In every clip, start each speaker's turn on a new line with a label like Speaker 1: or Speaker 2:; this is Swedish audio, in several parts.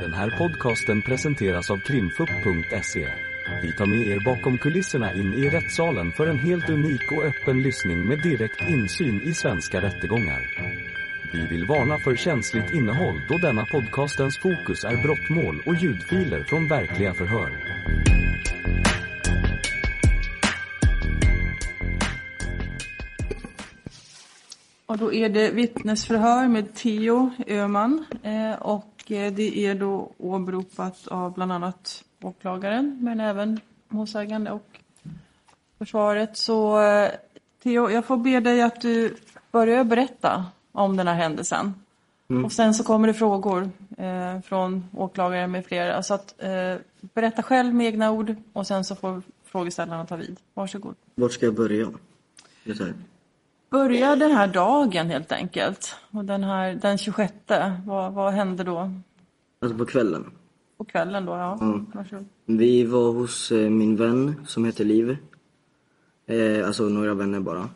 Speaker 1: Den här podcasten presenteras av krimfupp.se. Vi tar med er bakom kulisserna in i rättssalen för en helt unik och öppen lyssning med direkt insyn i svenska rättegångar. Vi vill varna för känsligt innehåll då denna podcastens fokus är brottmål och ljudfiler från verkliga förhör.
Speaker 2: Och då är det vittnesförhör med Theo Öhman eh, och eh, det är då åberopat av bland annat åklagaren men även målsägande och försvaret. Så eh, Theo, jag får be dig att du börjar berätta om den här händelsen. Och sen så kommer det frågor eh, från åklagaren med flera. Så att, eh, berätta själv med egna ord och sen så får frågeställarna ta vid. Varsågod.
Speaker 3: Vart ska jag börja? Det är så här.
Speaker 2: Börja den här dagen helt enkelt. Och den, här, den 26, vad, vad hände då?
Speaker 3: Alltså på kvällen.
Speaker 2: På kvällen då? Ja.
Speaker 3: Mm.
Speaker 2: Varsågod.
Speaker 3: Vi var hos eh, min vän som heter Liv. Eh, alltså några vänner bara.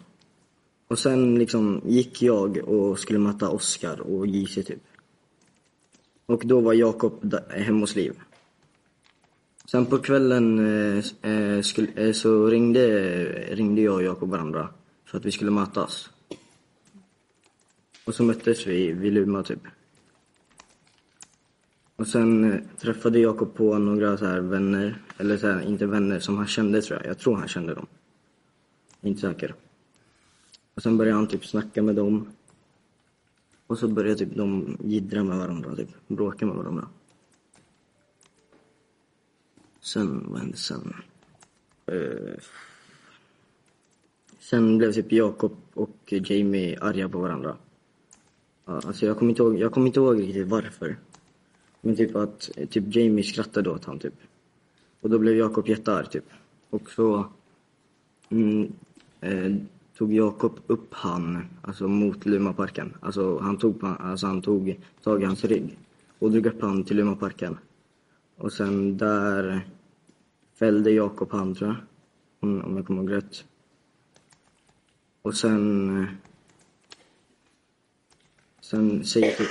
Speaker 3: Och sen liksom gick jag och skulle möta Oskar och JC typ. Och då var Jakob da- eh, hemma hos Liv. Sen på kvällen eh, s- eh, skulle, eh, så ringde, ringde jag och Jakob varandra för att vi skulle mötas. Och så möttes vi vid Luma typ. Och sen eh, träffade Jakob på några så här vänner, eller så här, inte vänner, som han kände tror jag. Jag tror han kände dem. Inte säker. Och sen började han typ snacka med dem. Och så började typ de jiddra med varandra, typ bråka med varandra. Sen, vad hände sen? Eh, Sen blev typ Jakob och Jamie arga på varandra. Ja, Alltså jag kommer inte ihåg, jag kommer inte ihåg riktigt varför. Men typ att eh, typ Jamie skrattade åt han typ. Och då blev Jakob jättearg typ. Och så mm, eh, tog Jakob upp han, alltså mot Lumaparken. Alltså han tog, på- alltså, han tog tag i hans rygg och drog upp han till Lumaparken. Och sen där fällde Jakob han tror jag. Om, om jag kommer ihåg rätt. Och sen... eh, Sen säger typ,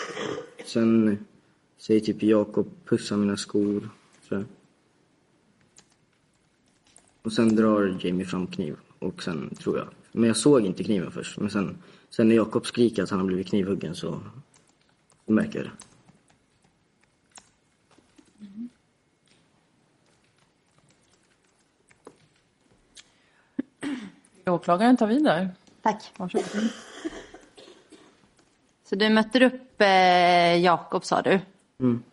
Speaker 3: sen säger typ Jakob pussa mina skor, tror jag. Och sen drar Jamie fram kniv, och sen tror jag. Men jag såg inte kniven först, men sen, sen när Jakob skriker att han har blivit knivhuggen så märker jag det.
Speaker 2: Åklagaren tar vid där.
Speaker 4: Tack.
Speaker 2: Varsågod.
Speaker 4: Så du mötte upp eh, Jakob sa du?
Speaker 3: Mm.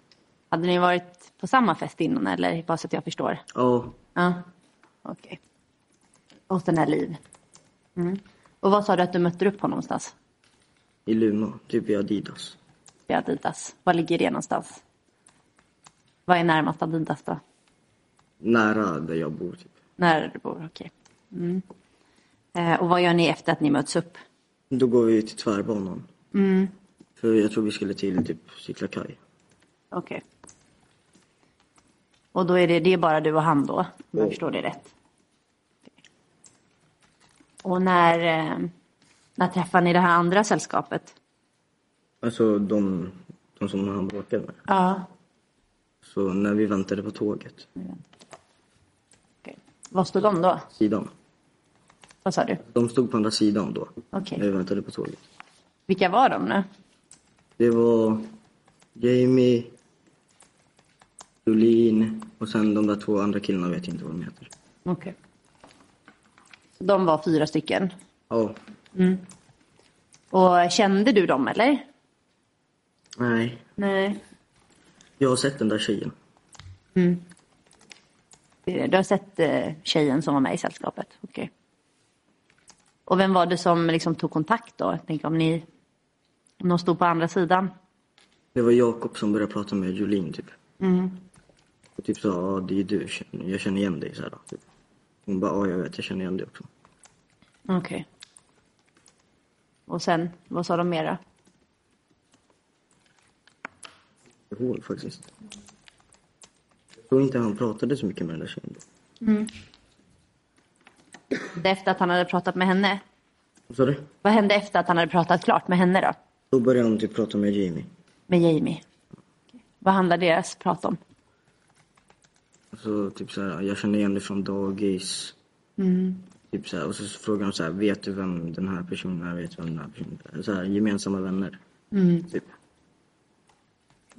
Speaker 4: Hade ni varit på samma fest innan eller bara så att jag förstår?
Speaker 3: Ja,
Speaker 4: Ja, okej. Och den här Liv. Mm. Och vad sa du att du mötte upp på någonstans?
Speaker 3: i Luma, typ i Adidas.
Speaker 4: Det är Adidas. Var ligger det någonstans? Vad är närmast Adidas då?
Speaker 3: Nära där jag bor, typ.
Speaker 4: Nära du bor, okej. Mm. Eh, och vad gör ni efter att ni möts upp?
Speaker 3: Då går vi till tvärbanan. För jag tror vi skulle till typ Sickla-Kaj.
Speaker 4: Okej. Och då är det, det är bara du och han då, om jag
Speaker 3: Ja.
Speaker 4: förstår det rätt? Och när, eh, när träffar ni det här andra sällskapet?
Speaker 3: Alltså de, de som han bråkade med.
Speaker 4: Ja.
Speaker 3: Så när vi väntade på tåget,
Speaker 4: Vad stod de då?
Speaker 3: sidan.
Speaker 4: Vad sa du?
Speaker 3: De stod på andra sidan då,
Speaker 4: Okej.
Speaker 3: när vi väntade på tåget.
Speaker 4: Vilka var de nu?
Speaker 3: Det var Jamie, Jolin och sen de där två andra killarna vet jag inte vad de heter.
Speaker 4: Okej. De var fyra stycken.
Speaker 3: Ja,
Speaker 4: Och kände du dem eller?
Speaker 3: nej.
Speaker 4: Nej.
Speaker 3: Jag har sett den där tjejen.
Speaker 4: Du har sett eh, tjejen som var med i sällskapet? Okej. Och vem var det som liksom tog kontakt då? Jag tänker om ni... Om de stod på andra sidan?
Speaker 3: Det var Jakob som började prata med Jolin typ. Och typ sa, ja det är du, jag känner igen dig så här, då, typ. Hon bara, ja jag vet, jag känner igen dig också.
Speaker 4: Okej. Och sen, vad sa de mera?
Speaker 3: Jag ihåg faktiskt inte. Jag tror inte han pratade så mycket med den där tjejen då.
Speaker 4: Det Efter att han hade pratat med henne?
Speaker 3: Vad sa du?
Speaker 4: Vad hände efter att han hade pratat klart med henne då?
Speaker 3: Då började han typ prata med Jamie.
Speaker 4: Med Jamie? Okej. Vad handlar deras prat om?
Speaker 3: Så typ så här, jag känner igen dig från dagis. Typ så här, och så frågar de så här, vet du vem den här personen är? Vet du vem den här personen är? Så här, gemensamma vänner. Typ.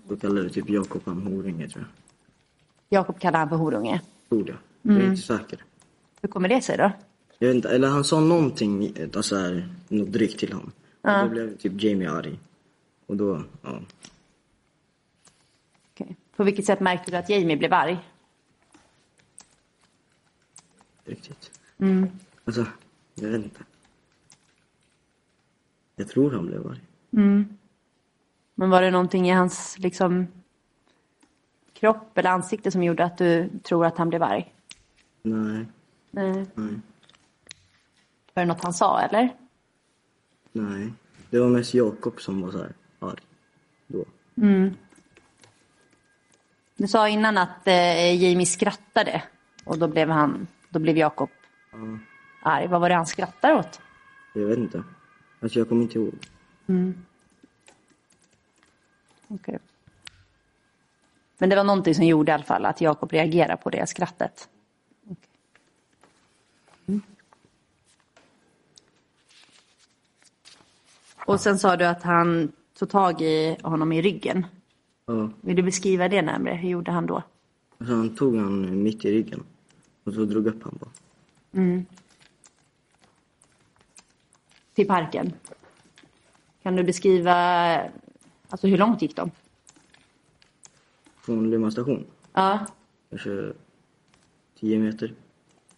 Speaker 3: Då kallar det typ Jakob han Horinge tror jag.
Speaker 4: Jakob kallar han för horunge.
Speaker 3: Tror jag. Jag är inte säker.
Speaker 4: Hur kommer det sig då?
Speaker 3: Jag vet inte, eller han sa någonting, alltså så här, något drygt till honom. Och då blev typ Jamie arg. Och då, ja.
Speaker 4: Okej. På vilket sätt märkte du att Jamie blev arg?
Speaker 3: riktigt. Alltså, jag vet inte. Jag tror han blev arg.
Speaker 4: Men var det någonting i hans liksom, kropp eller ansikte som gjorde att du tror att han blev arg?
Speaker 3: Nej,
Speaker 4: Nej.
Speaker 3: nej,
Speaker 4: Var det något han sa eller?
Speaker 3: nej. Det var mest Jakob som var så här arg. Då.
Speaker 4: Du sa innan att eh, Jamie skrattade och då blev han, då blev Jakob arg. Vad var det han skrattade åt?
Speaker 3: Jag vet inte. Alltså jag kommer inte ihåg.
Speaker 4: Okej. Men det var någonting som gjorde i alla fall att Jakob reagerade på det skrattet. Okej. Mm. Och sen sa du att han tog tag i honom i ryggen.
Speaker 3: Ja.
Speaker 4: Vill du beskriva det närmare? Hur gjorde han då?
Speaker 3: Alltså han tog han mitt i ryggen. Och så drog upp han bara.
Speaker 4: Till parken? Kan du beskriva, alltså hur långt gick de?
Speaker 3: Från Luma station.
Speaker 4: Ja,
Speaker 3: Kanske 10 meter.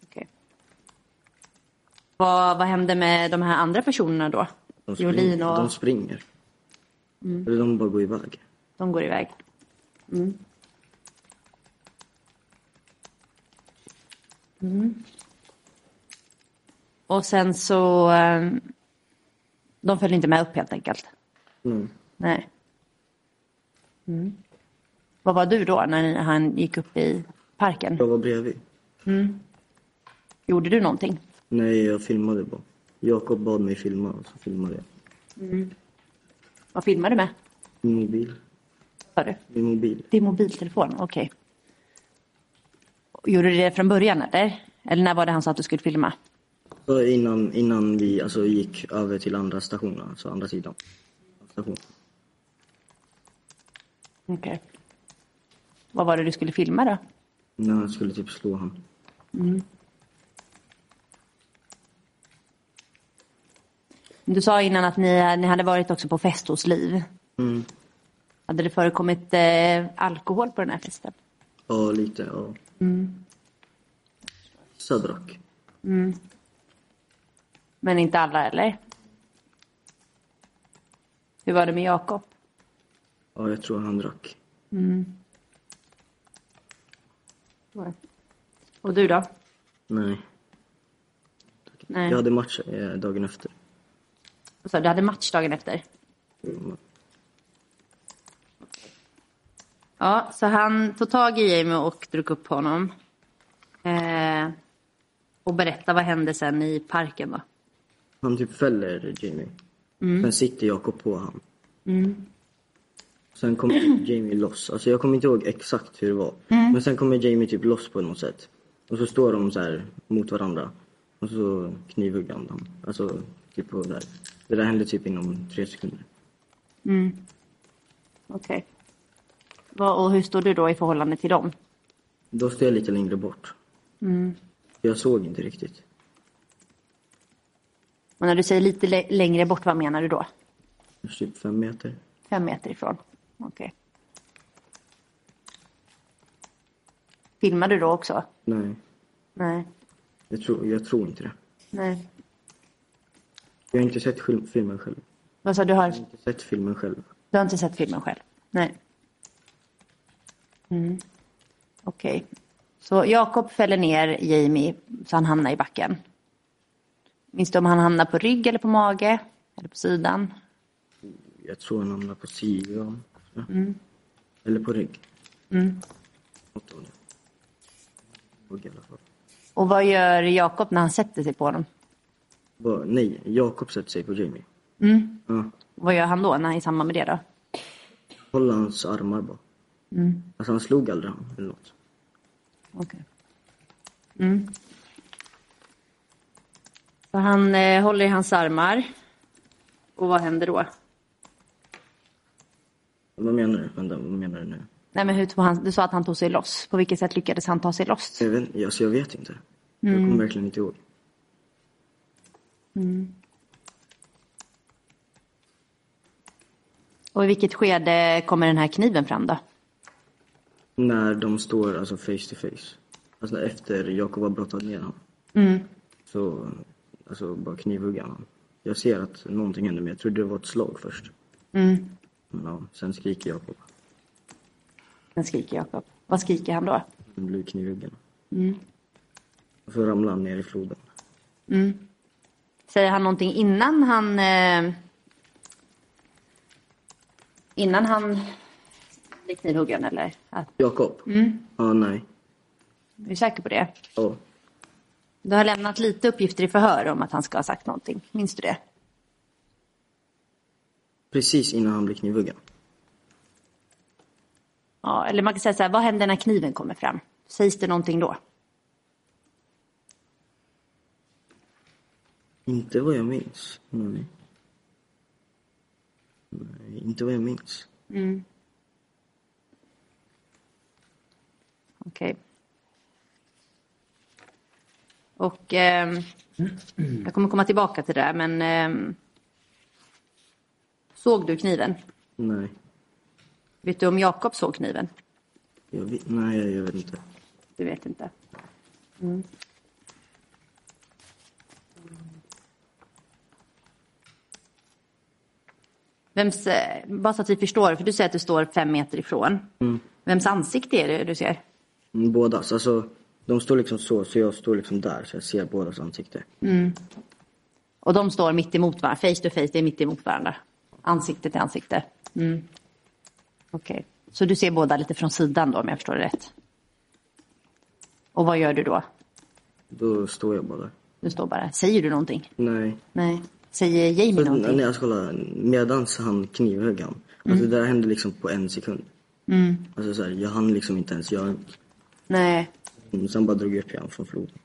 Speaker 4: okej. Vad, vad hände med de här andra personerna då?
Speaker 3: De
Speaker 4: Jolin
Speaker 3: springer.
Speaker 4: och...
Speaker 3: De springer. Eller de bara går iväg.
Speaker 4: De går iväg. Mm. Mm. Och sen så... eh, De följde inte med upp helt enkelt.
Speaker 3: Mm.
Speaker 4: Nej. Mm. Vad var du då när ni- han gick upp i parken?
Speaker 3: Jag var bredvid.
Speaker 4: Gjorde du någonting?
Speaker 3: Nej, jag filmade bara. Jakob bad mig filma och så filmade jag.
Speaker 4: Vad filmade du med?
Speaker 3: Min mobil.
Speaker 4: Sa du?
Speaker 3: Min mobil.
Speaker 4: Det är mobiltelefon, okej. Gjorde du det från början eller? Eller när var det han sa att du skulle filma?
Speaker 3: Så innan, innan vi alltså, gick över till andra stationen, alltså andra sidan. Station.
Speaker 4: Okej. Vad var det du skulle filma då?
Speaker 3: När han skulle typ slå han.
Speaker 4: Du sa innan att ni, ni hade varit också på fest hos Liv.
Speaker 3: Mm.
Speaker 4: Hade det förekommit eh, alkohol på den här festen?
Speaker 3: Ja, lite. Ja. Mm. Så jag drack.
Speaker 4: Men inte alla eller? Hur var det med Jakob?
Speaker 3: Ja, jag tror han drack.
Speaker 4: Och du då?
Speaker 3: Nej.
Speaker 4: Nej.
Speaker 3: Jag hade match eh, dagen efter.
Speaker 4: Vad sa du? du hade match dagen efter?
Speaker 3: Mm.
Speaker 4: Ja, så han tog tag i Jamie och drog upp honom. Eh, och berätta vad hände sen i parken då?
Speaker 3: Han typ fäller Jamie. Sen sitter Jakob på han. Sen kommer typ Jamie loss. Alltså jag kommer inte ihåg exakt hur det var. Men sen kommer Jamie typ loss på något sätt. Och så står de så här mot varandra. Och så knivhugger han dem. Alltså typ på där. Det där hände typ inom tre sekunder.
Speaker 4: Okej. Vad- Och hur står du då i förhållande till dem?
Speaker 3: Då står jag lite längre bort. Jag såg inte riktigt.
Speaker 4: Och när du säger lite lä- längre bort, vad menar du då?
Speaker 3: Typ fem meter.
Speaker 4: Fem meter ifrån? Okej. Filmar du då också?
Speaker 3: Nej,
Speaker 4: Nej.
Speaker 3: jag tror, jag tror inte det.
Speaker 4: Nej.
Speaker 3: Jag har inte sett skil- filmen själv.
Speaker 4: Vad sa du? Har,
Speaker 3: Jag har inte sett filmen själv.
Speaker 4: du har inte sett filmen själv? Nej. Mm. Okej. Så Jakob fäller ner Jamie så han hamnar i backen. Minns du om han hamnar på rygg eller på mage? Eller på sidan?
Speaker 3: Jag tror han hamnade på sidan. Eller på rygg. Något av det. Rygg i alla fall.
Speaker 4: Och vad gör Jakob när han sätter sig på honom?
Speaker 3: Bara- nej, Jakob sätter sig på Jamie. Ja,
Speaker 4: Vad gör han då när han är i samband med det då?
Speaker 3: håller hans armar bara. Alltså han slog aldrig honom eller något.
Speaker 4: Okej. Mm. Så han eh, håller i hans armar. Och vad händer då?
Speaker 3: Vad menar du? Vänta, vad menar du nu?
Speaker 4: Nej, men hur tog han, du sa att han tog sig loss. På vilket sätt lyckades han ta sig loss?
Speaker 3: Jag vet, alltså, jag vet inte. Jag kommer verkligen inte ihåg.
Speaker 4: Och i vilket skede kommer den här kniven fram då?
Speaker 3: När de står alltså face to face. Alltså när- efter Jakob har brottat ner honom. Så alltså, bara knivhugger han honom. Jag ser att någonting händer men jag trodde det var ett slag först. Men ja, sen skriker Jakob.
Speaker 4: Den skriker Jakob. Vad skriker han då?
Speaker 3: Han blir knivhuggen. Och så ramlar han ner i floden.
Speaker 4: Säger han någonting innan han... Eh, innan han blir knivhuggen eller? Att,
Speaker 3: Jakob? Mm. Ja, nej.
Speaker 4: är du säker på det?
Speaker 3: Ja.
Speaker 4: Du har lämnat lite uppgifter i förhör om att han ska ha sagt någonting. Minns du det?
Speaker 3: Precis innan han blir knivhuggen.
Speaker 4: Ja, eller man kan säga så här, vad händer när kniven kommer fram? Sägs det någonting då?
Speaker 3: Inte vad jag minns. Nej. nej inte vad jag minns.
Speaker 4: Okej. Och ehm, jag kommer komma tillbaka till det där, men ehm, såg du kniven?
Speaker 3: Nej.
Speaker 4: Vet du om Jakob såg kniven?
Speaker 3: Jag vet, nej, jag vet inte.
Speaker 4: Du vet inte. Mm. Vems, eh, bara så att vi förstår, för du säger att du står fem meter ifrån. Vems ansikte är det du ser?
Speaker 3: Mm, Bådas. Alltså, de står liksom så, så jag står liksom där, så jag ser bådas ansikte.
Speaker 4: Och de står mitt emot varandra, face to face, det är mitt emot varandra. Ansikte till ansikte. Mm. Okej, så du ser båda lite från sidan då om jag förstår det rätt. Och vad gör du då?
Speaker 3: Då står jag bara där.
Speaker 4: Du står bara, säger du någonting?
Speaker 3: Nej.
Speaker 4: Nej. Säger Jamie
Speaker 3: Men,
Speaker 4: någonting?
Speaker 3: nej, alltså kolla. Medans han knivhögg han. Alltså det där hände liksom på en sekund. Mm. Alltså så här, jag hann liksom inte ens göra något.
Speaker 4: Nej.
Speaker 3: Mm, Sen bara drog jag upp igen från floden.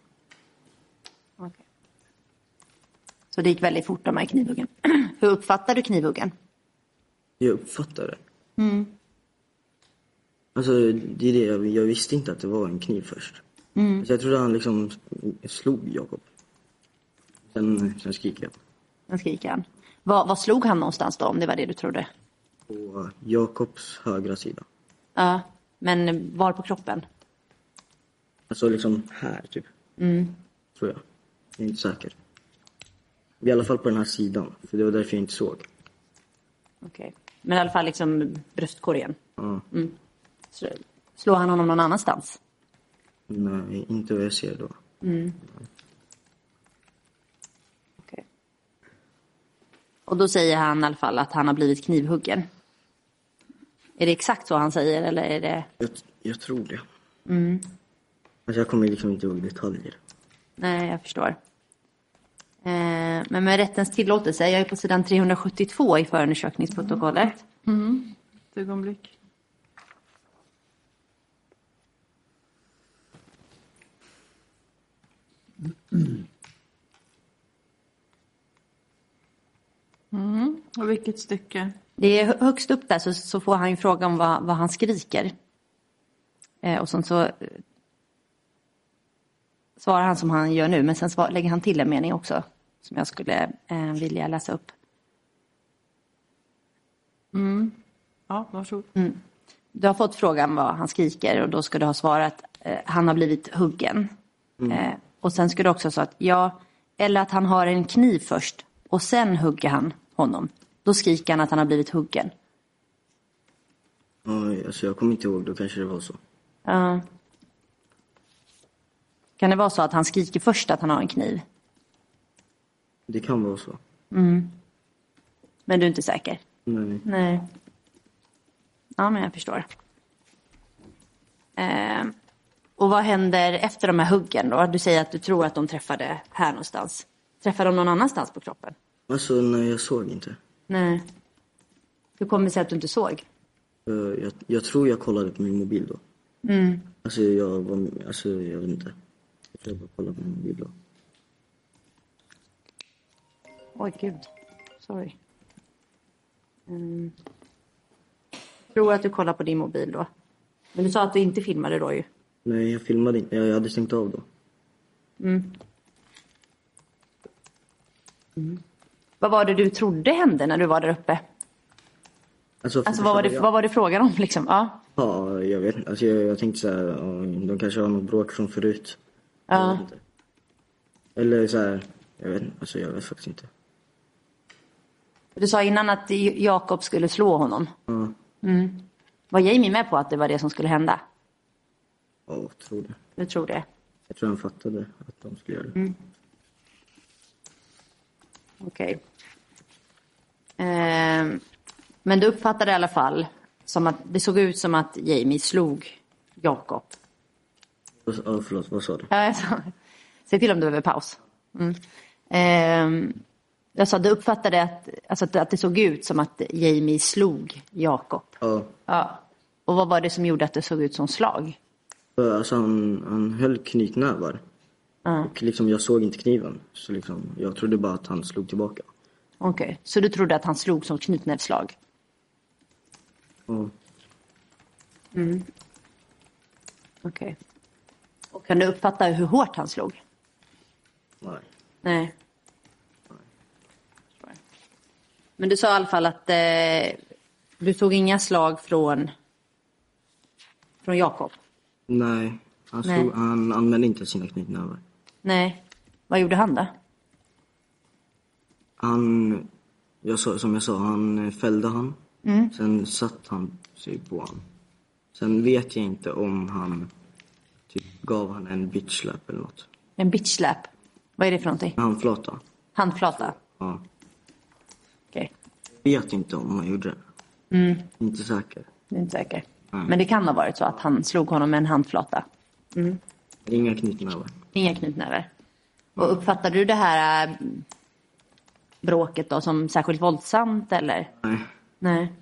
Speaker 4: Okej. Så det gick väldigt fort de här knivhuggen. Hur uppfattar du knivhuggen?
Speaker 3: Jag uppfattar det. Alltså det är det, jag, jag visste inte att det var en kniv först. Så jag trodde han liksom slog Jakob. Sen, sen skrek jag.
Speaker 4: Den skriker han. Vad, vad slog han någonstans då, om det var det du trodde?
Speaker 3: På Jakobs högra sida.
Speaker 4: Ja, men var på kroppen?
Speaker 3: Alltså liksom här typ. Tror jag. Jag är inte säker. I alla fall på den här sidan. För det var därför jag inte såg.
Speaker 4: Okej. Men i alla fall liksom bröstkorgen?
Speaker 3: Ja.
Speaker 4: Så slår han honom någon annanstans?
Speaker 3: Nej, inte vad jag ser då.
Speaker 4: Okej. Och då säger han i alla fall att han har blivit knivhuggen. Är det exakt så han säger eller är det?
Speaker 3: Jag, jag tror det. Mm. Alltså jag kommer liksom inte ihåg detaljer.
Speaker 4: Nej, jag förstår. Eh, Men med rättens tillåtelse, jag är på sidan 372 i förundersökningsprotokollet.
Speaker 2: Ett ögonblick. Mm. Och vilket stycke?
Speaker 4: Det är hö- högst upp där så, så får han ju fråga om vad, vad han skriker. Eh, och sen så eh, svarar han som han gör nu, men sen svar, lägger han till en mening också som jag skulle eh, vilja läsa upp.
Speaker 2: Ja, varsågod.
Speaker 4: Du har fått frågan vad han skriker och då ska du ha svarat eh, han har blivit huggen. Eh, och sen ska du också ha sagt ja, eller att han har en kniv först och sen hugger han honom. Då skriker han att han har blivit huggen.
Speaker 3: Ja, alltså jag kommer inte ihåg, då kanske det var så.
Speaker 4: Ja. Kan det vara så att han skriker först att han har en kniv,
Speaker 3: Det kan vara så.
Speaker 4: men du är inte säker?
Speaker 3: Nej.
Speaker 4: Nej. Ja, men jag förstår. Eh, och vad händer efter de här huggen då? Du säger att du tror att de träffade här någonstans. Träffar de någon annanstans på kroppen?
Speaker 3: Alltså, nej jag såg inte.
Speaker 4: Nej. Hur kommer det sig att du inte såg?
Speaker 3: Eh, Jag, jag tror jag kollade på min mobil då.
Speaker 4: Mm.
Speaker 3: Alltså jag var, alltså jag vet inte. Jag tror jag bara kollade på min mobil då.
Speaker 4: Oj, gud. Sorry. Mm. Tror att du kollar på din mobil då. Men du sa att du inte filmade då ju.
Speaker 3: Nej, jag filmade inte. Jag, jag hade stängt av då.
Speaker 4: Vad var det du trodde hände när du var där uppe? Alltså vad var det, vad var det frågan om liksom? Ja.
Speaker 3: Ja, jag vet inte. Alltså, jag, jag tänkte så här, ja, de kanske har något bråk från förut. Jag
Speaker 4: ja.
Speaker 3: vet inte. Eller så här, jag vet inte. Alltså jag vet faktiskt inte.
Speaker 4: Du sa innan att Jakob skulle slå honom.
Speaker 3: Ja,
Speaker 4: Var Jamie med på att det var det som skulle hända?
Speaker 3: ja, jag tror det.
Speaker 4: Du tror det?
Speaker 3: Jag tror han fattade att de skulle göra det.
Speaker 4: Mm. Okej. Ehm, men du uppfattade i alla fall som att det såg ut som att Jamie slog Jakob.
Speaker 3: Vad- Ja, förlåt, vad sa du?
Speaker 4: Ja, jag sa- Säg till om du behöver paus. Mm. Ehm, jag sa, du uppfattade att, alltså att, att det såg ut som att Jamie slog Jakob.
Speaker 3: Ja,
Speaker 4: Ja. Och vad var det som gjorde att det såg ut som slag?
Speaker 3: för alltså han, han höll knytnävar.
Speaker 4: Ja.
Speaker 3: Och liksom jag såg inte kniven. Så liksom, jag trodde bara att han slog tillbaka.
Speaker 4: Okej, så du trodde att han slog som knytnävsslag?
Speaker 3: Ja,
Speaker 4: Okej. Och kan du uppfatta hur hårt han slog?
Speaker 3: nej.
Speaker 4: Nej. Men du sa i alla fall att eh, du såg inga slag från, från Jakob?
Speaker 3: Nej, han,
Speaker 4: Nej.
Speaker 3: slog, han använde inte sina knytnävar.
Speaker 4: Nej. Vad gjorde han då?
Speaker 3: Han, jag sa, som jag sa, han eh, fällde han. Sen satt han sig på han. Sen vet jag inte om han typ gav han en bitch slap eller något.
Speaker 4: En bitch slap. Vad är det för någonting?
Speaker 3: Han flata.
Speaker 4: Handflata?
Speaker 3: Ja.
Speaker 4: Okej.
Speaker 3: Vet inte om han gjorde det. Inte säker.
Speaker 4: Du är inte säker? Men det kan ha varit så att han slog honom med en handflata?
Speaker 3: Inga knytnävar.
Speaker 4: Inga knytnävar. Och uppfattade du det här eh, bråket då som särskilt våldsamt eller?
Speaker 3: Nej,
Speaker 4: Nej.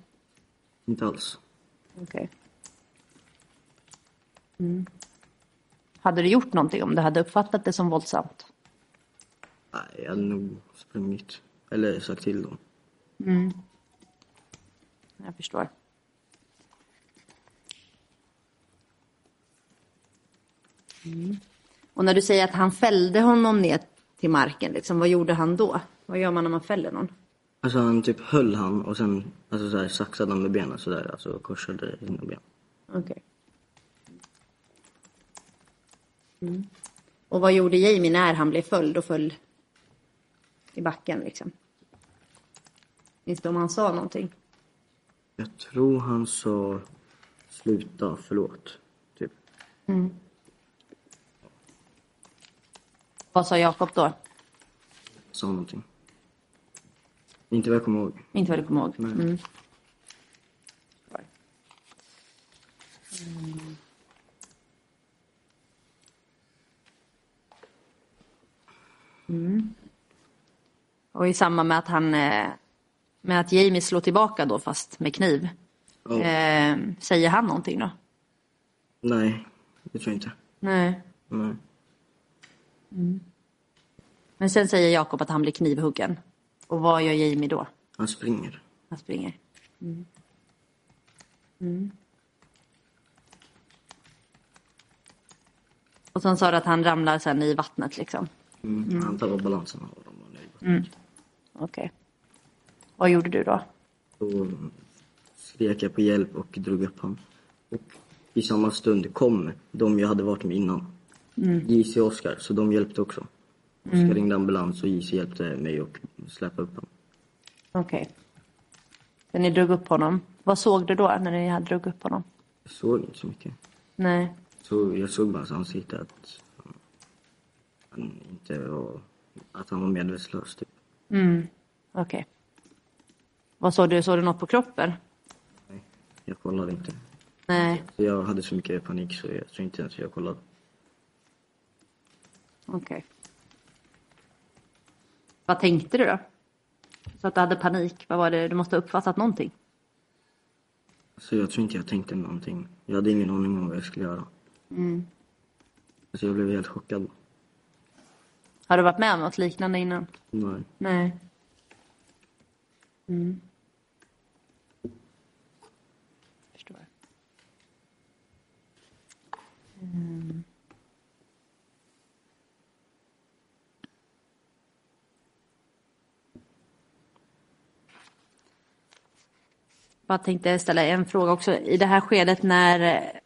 Speaker 3: inte alls.
Speaker 4: Okej. Mm. Hade du gjort någonting om du hade uppfattat det som våldsamt?
Speaker 3: Nej, jag hade nog sprungit. Eller sagt till dem.
Speaker 4: Jag förstår. Mm. Och när du säger att han fällde honom ner till marken, liksom, vad gjorde han då? Vad gör man när man fäller någon?
Speaker 3: Alltså han typ höll han och sen alltså så här, saxade han med benen sådär. Alltså korsade sina ben.
Speaker 4: Okej. Mm. Och vad gjorde Jamie när han blev följd och föll i backen? Liksom? Minns du om han sa någonting?
Speaker 3: Jag tror han sa sluta, förlåt. Typ.
Speaker 4: Vad sa Jakob då?
Speaker 3: Sa någonting. Inte vad jag kommer ihåg.
Speaker 4: Inte vad du kommer ihåg?
Speaker 3: Nej.
Speaker 4: Mm. Mm. Och i samband med att han eh, med att Jamie slår tillbaka då fast med kniv.
Speaker 3: Ja.
Speaker 4: Eh, säger han någonting då?
Speaker 3: Nej, det tror jag inte.
Speaker 4: Nej.
Speaker 3: Nej.
Speaker 4: Men sen säger Jakob att han blir knivhuggen. Och vad gör Jamie då?
Speaker 3: Han springer.
Speaker 4: Han springer. Mm. Och sen sa du att han ramlar sen i vattnet liksom.
Speaker 3: Mm. Han tappar balansen av dem och nu.
Speaker 4: Okej. Vad gjorde du då?
Speaker 3: Då skrek jag på hjälp och drog upp honom. Och i samma stund kom de jag hade varit med innan. JC och Oskar, så de hjälpte också. Oskar ringde ambulans och JC hjälpte mig och släpa upp honom.
Speaker 4: Okej. När ni drog upp honom. Vad såg du då när ni hade drog upp honom?
Speaker 3: Jag såg inte så mycket.
Speaker 4: Nej.
Speaker 3: Så jag såg bara hans ansikte att han, han inte var, att han var medvetslös typ.
Speaker 4: Okej. Vad såg du? Såg du något på kroppen?
Speaker 3: Jag kollade inte.
Speaker 4: Nej.
Speaker 3: Så jag hade så mycket panik så jag tror inte ens jag kollade.
Speaker 4: Okej. Vad tänkte du då? Så att du hade panik. Vad var det? Du måste ha uppfattat någonting.
Speaker 3: Så jag tror inte jag tänkte någonting. Jag hade ingen aning om vad jag skulle göra.
Speaker 4: Mm.
Speaker 3: Så jag blev helt chockad.
Speaker 4: Har du varit med om något liknande innan?
Speaker 3: Nej.
Speaker 4: Nej. Mm. Förstår. Mm. Bara tänkte ställa en fråga också. I det här skedet när, eh,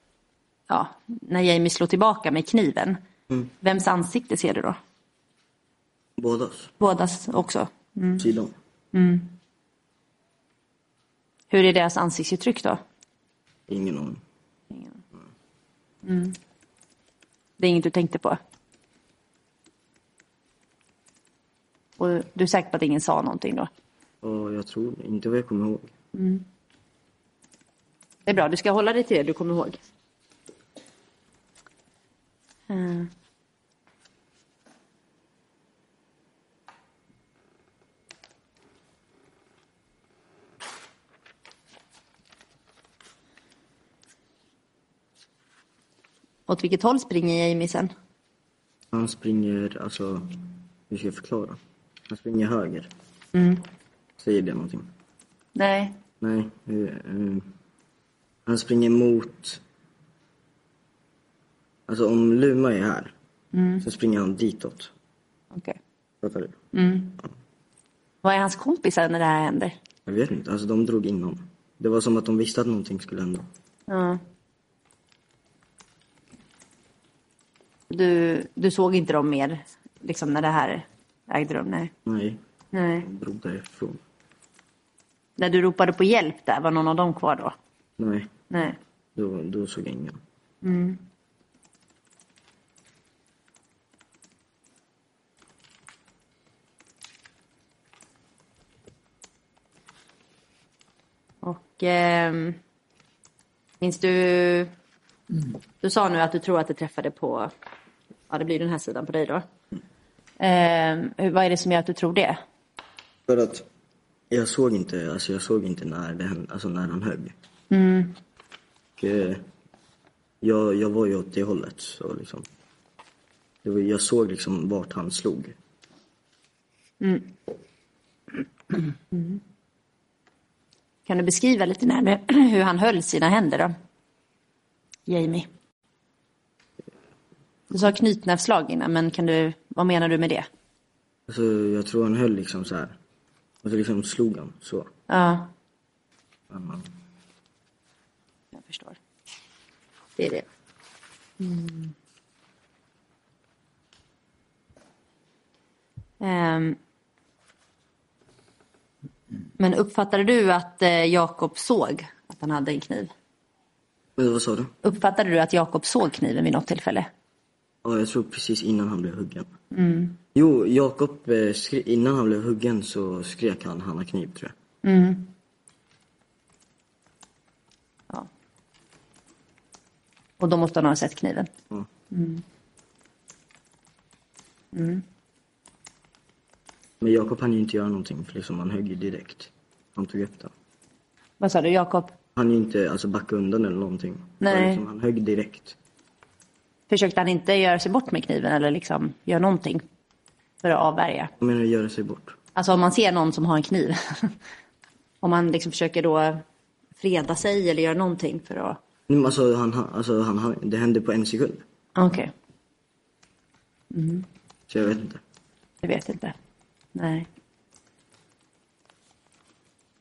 Speaker 4: ja, när Jamie slår tillbaka med kniven, vems ansikte ser du då?
Speaker 3: Bådas
Speaker 4: Bådas också?
Speaker 3: sidor.
Speaker 4: Hur är deras ansiktsuttryck då?
Speaker 3: Ingen aning.
Speaker 4: Det är inget du tänkte på? Och du är säker på att ingen sa någonting då?
Speaker 3: Och jag tror inte vad jag kommer ihåg.
Speaker 4: Det är bra, du ska hålla dig till det du kommer ihåg. Mm. Åt vilket håll springer Jamie sen?
Speaker 3: Han springer, alltså, hur ska jag förklara? Han springer höger. Säger det någonting?
Speaker 4: Nej.
Speaker 3: Nej. eh, eh, han springer mot... Alltså om Luma är här, så springer han ditåt.
Speaker 4: Okej.
Speaker 3: Fattar du?
Speaker 4: Vad är hans kompisar när det här händer?
Speaker 3: Jag vet inte, alltså de drog in honom. Det var som att de visste att någonting skulle hända.
Speaker 4: Ja. Du, du såg inte dem mer liksom när det här ägde rum? Nej.
Speaker 3: Nej,
Speaker 4: Nej.
Speaker 3: de drog därifrån.
Speaker 4: När du ropade på hjälp där, var någon av dem kvar då?
Speaker 3: Nej,
Speaker 4: Nej.
Speaker 3: då, då såg jag ingen.
Speaker 4: Och ehm, minns du... Du sa nu att du tror att det träffade på... Ja, det blir den här sidan på dig då. Ehm, hur- vad är det som gör att du tror det?
Speaker 3: För att jag såg inte, alltså jag såg inte när, det, hände- alltså när han högg. Och, eh, jag, jag var ju åt det hållet, så liksom. Det var, jag såg liksom vart han slog.
Speaker 4: Kan du beskriva lite närmare hur han höll sina händer då? Jamie. Du sa knytnävsslag innan, men kan du, vad menar du med det?
Speaker 3: Alltså jag tror han höll liksom så här. Och så liksom slog han så.
Speaker 4: Ja,
Speaker 3: Men han-
Speaker 4: jag förstår. Det är det. Mm. Ehm. Men uppfattade du att eh, Jakob såg att han hade en kniv?
Speaker 3: Men vad sa du?
Speaker 4: Uppfattade du att Jakob såg kniven vid något tillfälle?
Speaker 3: Ja, jag tror precis innan han blev huggen.
Speaker 4: Mm.
Speaker 3: Jo, Jakob, eh, skri- innan han blev huggen så skrek han Hanna kniv tror jag.
Speaker 4: Ja. Och då måste han ha sett kniven.
Speaker 3: Ja. Men Jakob hann ju inte göra någonting för liksom han högg ju direkt. Han tog upp den.
Speaker 4: Vad sa du, Jakob?
Speaker 3: Han ju inte alltså backa undan eller någonting.
Speaker 4: Nej.
Speaker 3: Han, liksom, han högg direkt.
Speaker 4: Försökte han inte göra sig bort med kniven eller liksom göra någonting för att avvärja?
Speaker 3: Jag menar göra sig bort.
Speaker 4: Alltså om man ser någon som har en kniv. om man liksom försöker då freda sig eller göra någonting för att...
Speaker 3: Nej, men Alltså, han, han- alltså han, han, det hände på en sekund.
Speaker 4: Okej,
Speaker 3: Så jag vet inte.
Speaker 4: jag vet inte. Nej.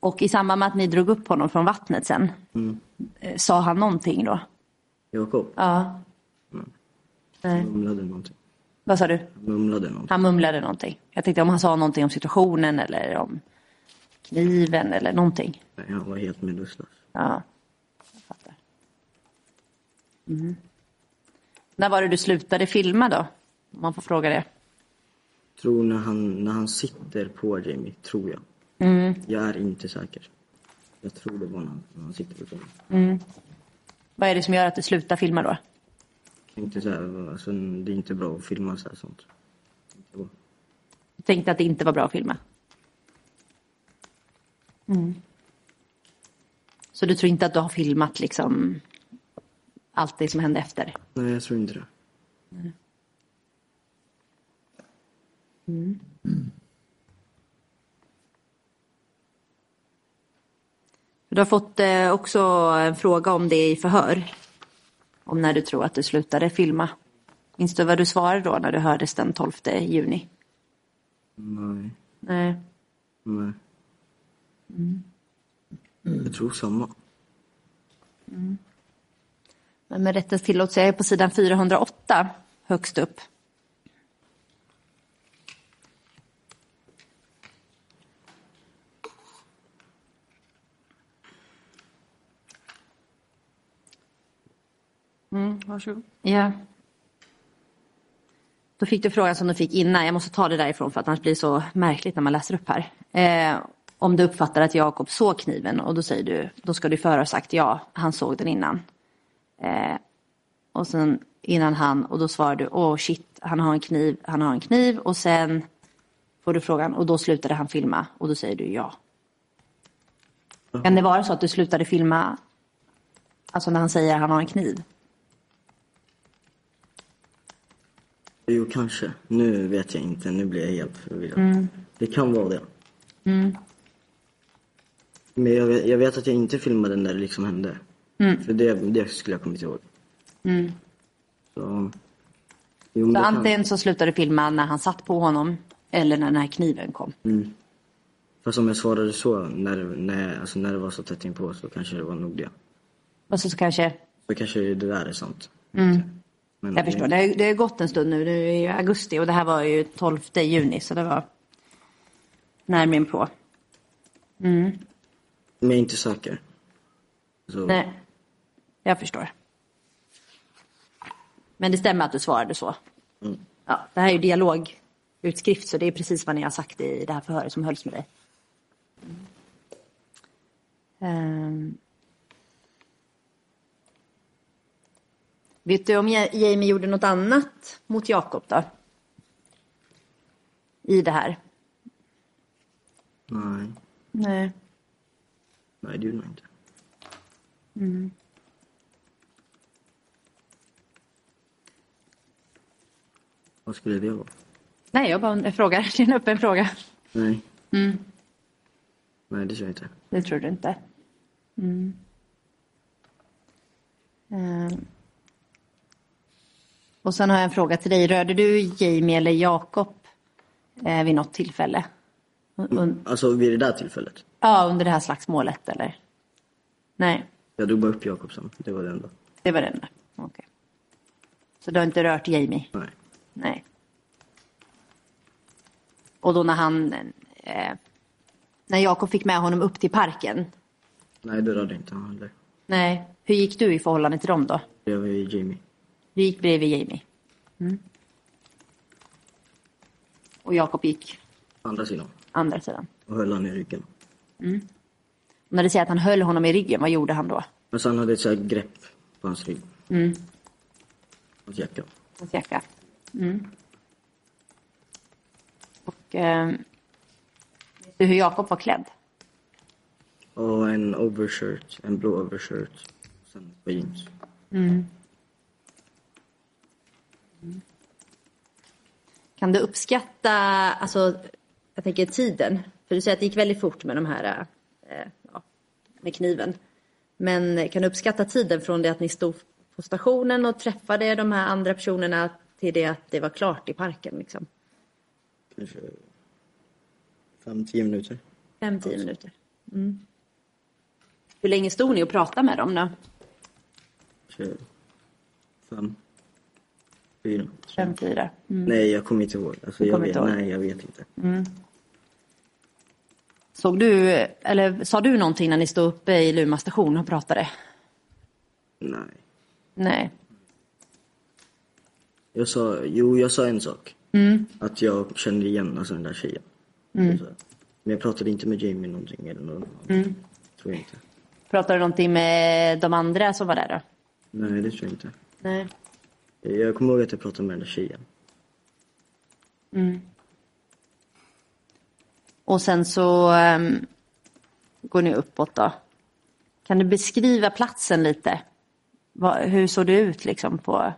Speaker 4: Och i samband med att ni drog upp honom från vattnet sen, eh, sa han någonting då?
Speaker 3: Jakob
Speaker 4: Ja. Nej.
Speaker 3: mumlade någonting.
Speaker 4: Vad sa du?
Speaker 3: Han mumlade någonting.
Speaker 4: Han mumlade någonting. Jag tänkte om han sa någonting om situationen eller om kniven eller någonting.
Speaker 3: Nej, han var helt medvetslös.
Speaker 4: Ja, jag fattar. Mm. När var det du slutade filma då? Om man får fråga det.
Speaker 3: Tror när han, när han sitter på Jamie, tror jag. Jag är inte säker. Jag tror det var när han, när han sitter på Jamie.
Speaker 4: Vad är det som gör att du slutar filma då?
Speaker 3: Tänkte så här, alltså, det är inte bra att filma så här sånt. Det var-
Speaker 4: Du tänkte att det inte var bra att filma? Mm. Så du tror inte att du har filmat liksom allt det som hände efter?
Speaker 3: Nej, jag tror inte det.
Speaker 4: Du har fått eh, också en fråga om det i förhör. Om när du tror att du slutade filma. Minns du vad du svarade då när du hördes den 12 juni?
Speaker 3: Nej,
Speaker 4: Nej.
Speaker 3: nej. Jag tror samma.
Speaker 4: Men med rättens tillåtelse, jag är på sidan 408 högst upp.
Speaker 2: Varsågod.
Speaker 4: Ja. Då fick du frågan som du fick innan. Jag måste ta det därifrån för att annars blir det så märkligt när man läser upp här. Eh, om du uppfattar att Jakob såg kniven och då säger du, då ska du föra och sagt ja, han såg den innan. Eh, och sen innan han och då svarar du, åh shit, han har en kniv, han har en kniv och sen får du frågan och då slutade han filma och då säger du ja. Kan det vara så att du slutade filma, alltså när han säger han har en kniv?
Speaker 3: Jo, kanske. Nu vet jag inte. Nu blir jag helt förvirrad.
Speaker 4: Mm.
Speaker 3: Det kan vara det. Men jag vet, jag vet att jag inte filmade när det liksom hände.
Speaker 4: Mm.
Speaker 3: För det, det skulle jag kommit ihåg. Så... Jo, men
Speaker 4: Så
Speaker 3: det kan-
Speaker 4: antingen så slutade du filma när han satt på honom eller när den här kniven kom.
Speaker 3: Fast om jag svarade så, när, när, alltså när det var så tätt inpå så kanske det var nog det.
Speaker 4: Och så, så kanske,
Speaker 3: Så kanske det där är sant. Men
Speaker 4: Mm. jag förstår, det har, ju- det har ju gått en stund nu, det är ju augusti och det här var ju 12 juni så det var närmare på.
Speaker 3: Men jag är inte säker. Så,
Speaker 4: Nej, jag förstår. Men det stämmer att du svarade så. Ja, det här är ju dialogutskrift så det är precis vad ni har sagt i det här förhöret som hölls med dig. Ehm. Vet du om Ja- Jamie gjorde något annat mot Jakob då? I det här?
Speaker 3: nej.
Speaker 4: Nej.
Speaker 3: Nej, det gjorde jag inte. Vad skulle det vara?
Speaker 4: Nej, jag bara und- frågar. Det är en öppen fråga.
Speaker 3: Nej. Nej, det tror jag inte.
Speaker 4: Det tror du inte? Mm. Ehm. Och sen har jag en fråga till dig. Rörde du Jamie eller Jakob eh, vid något tillfälle? Un- un-
Speaker 3: Alltså vid det där tillfället.
Speaker 4: ja, under det här slagsmålet eller? Nej,
Speaker 3: Jag drog bara upp Jakobsson. Det var det enda.
Speaker 4: det var det enda. Okej. Så du har inte rört Jamie?
Speaker 3: Nej.
Speaker 4: Nej. Och då när han... Eh, när Jakob fick med honom upp till parken?
Speaker 3: Nej, det rörde inte han heller.
Speaker 4: Nej. Hur gick du i förhållande till dem då?
Speaker 3: Det var ju Jamie.
Speaker 4: Du gick bredvid Jamie. Och Jakob gick
Speaker 3: Andra sidan.
Speaker 4: andra sidan.
Speaker 3: Och höll han i ryggen.
Speaker 4: Och när du säger att han höll honom i ryggen, vad gjorde han då?
Speaker 3: Men så han hade ett så här grepp på hans rygg. Mm. Hans jacka.
Speaker 4: Hans jacka. Mm. Och... Eh, vet du hur Jakob var klädd?
Speaker 3: Och en overshirt. En blå overshirt. Sen ett par jeans.
Speaker 4: Kan du uppskatta, alltså, jag tänker tiden? För du säger att det gick väldigt fort med de här, eh, ja, med kniven. Men kan du uppskatta tiden från det att ni stod på stationen och träffade de här andra personerna till det att det var klart i parken? Liksom?
Speaker 3: Kanske fem, tio minuter.
Speaker 4: Fem, tio minuter. Mm. Hur länge stod ni och pratade med dem då?
Speaker 3: Kanske fem, fyra.
Speaker 4: Fem, fyra.
Speaker 3: Nej, jag kommer inte ihåg. Alltså,
Speaker 4: Du
Speaker 3: jag
Speaker 4: kommer
Speaker 3: vet,
Speaker 4: inte ihåg? Mm.
Speaker 3: Nej, jag vet inte.
Speaker 4: Såg du, eller sa du någonting när ni stod uppe i Luma station och pratade?
Speaker 3: Nej.
Speaker 4: Nej.
Speaker 3: Jag sa, jo, jag sa en sak.
Speaker 4: Mm.
Speaker 3: Att jag kände igen alltså, den där tjejen. Så. Men jag pratade inte med Jamie någonting eller någon annan.
Speaker 4: Mm.
Speaker 3: Tror jag inte.
Speaker 4: Pratade du någonting med de andra som var där då?
Speaker 3: Nej, det tror jag inte.
Speaker 4: Nej.
Speaker 3: Jag kommer ihåg att jag pratade med den där tjejen.
Speaker 4: Och sen så ehm, går ni uppåt då. Kan du beskriva platsen lite? Vad- hur såg det ut liksom på,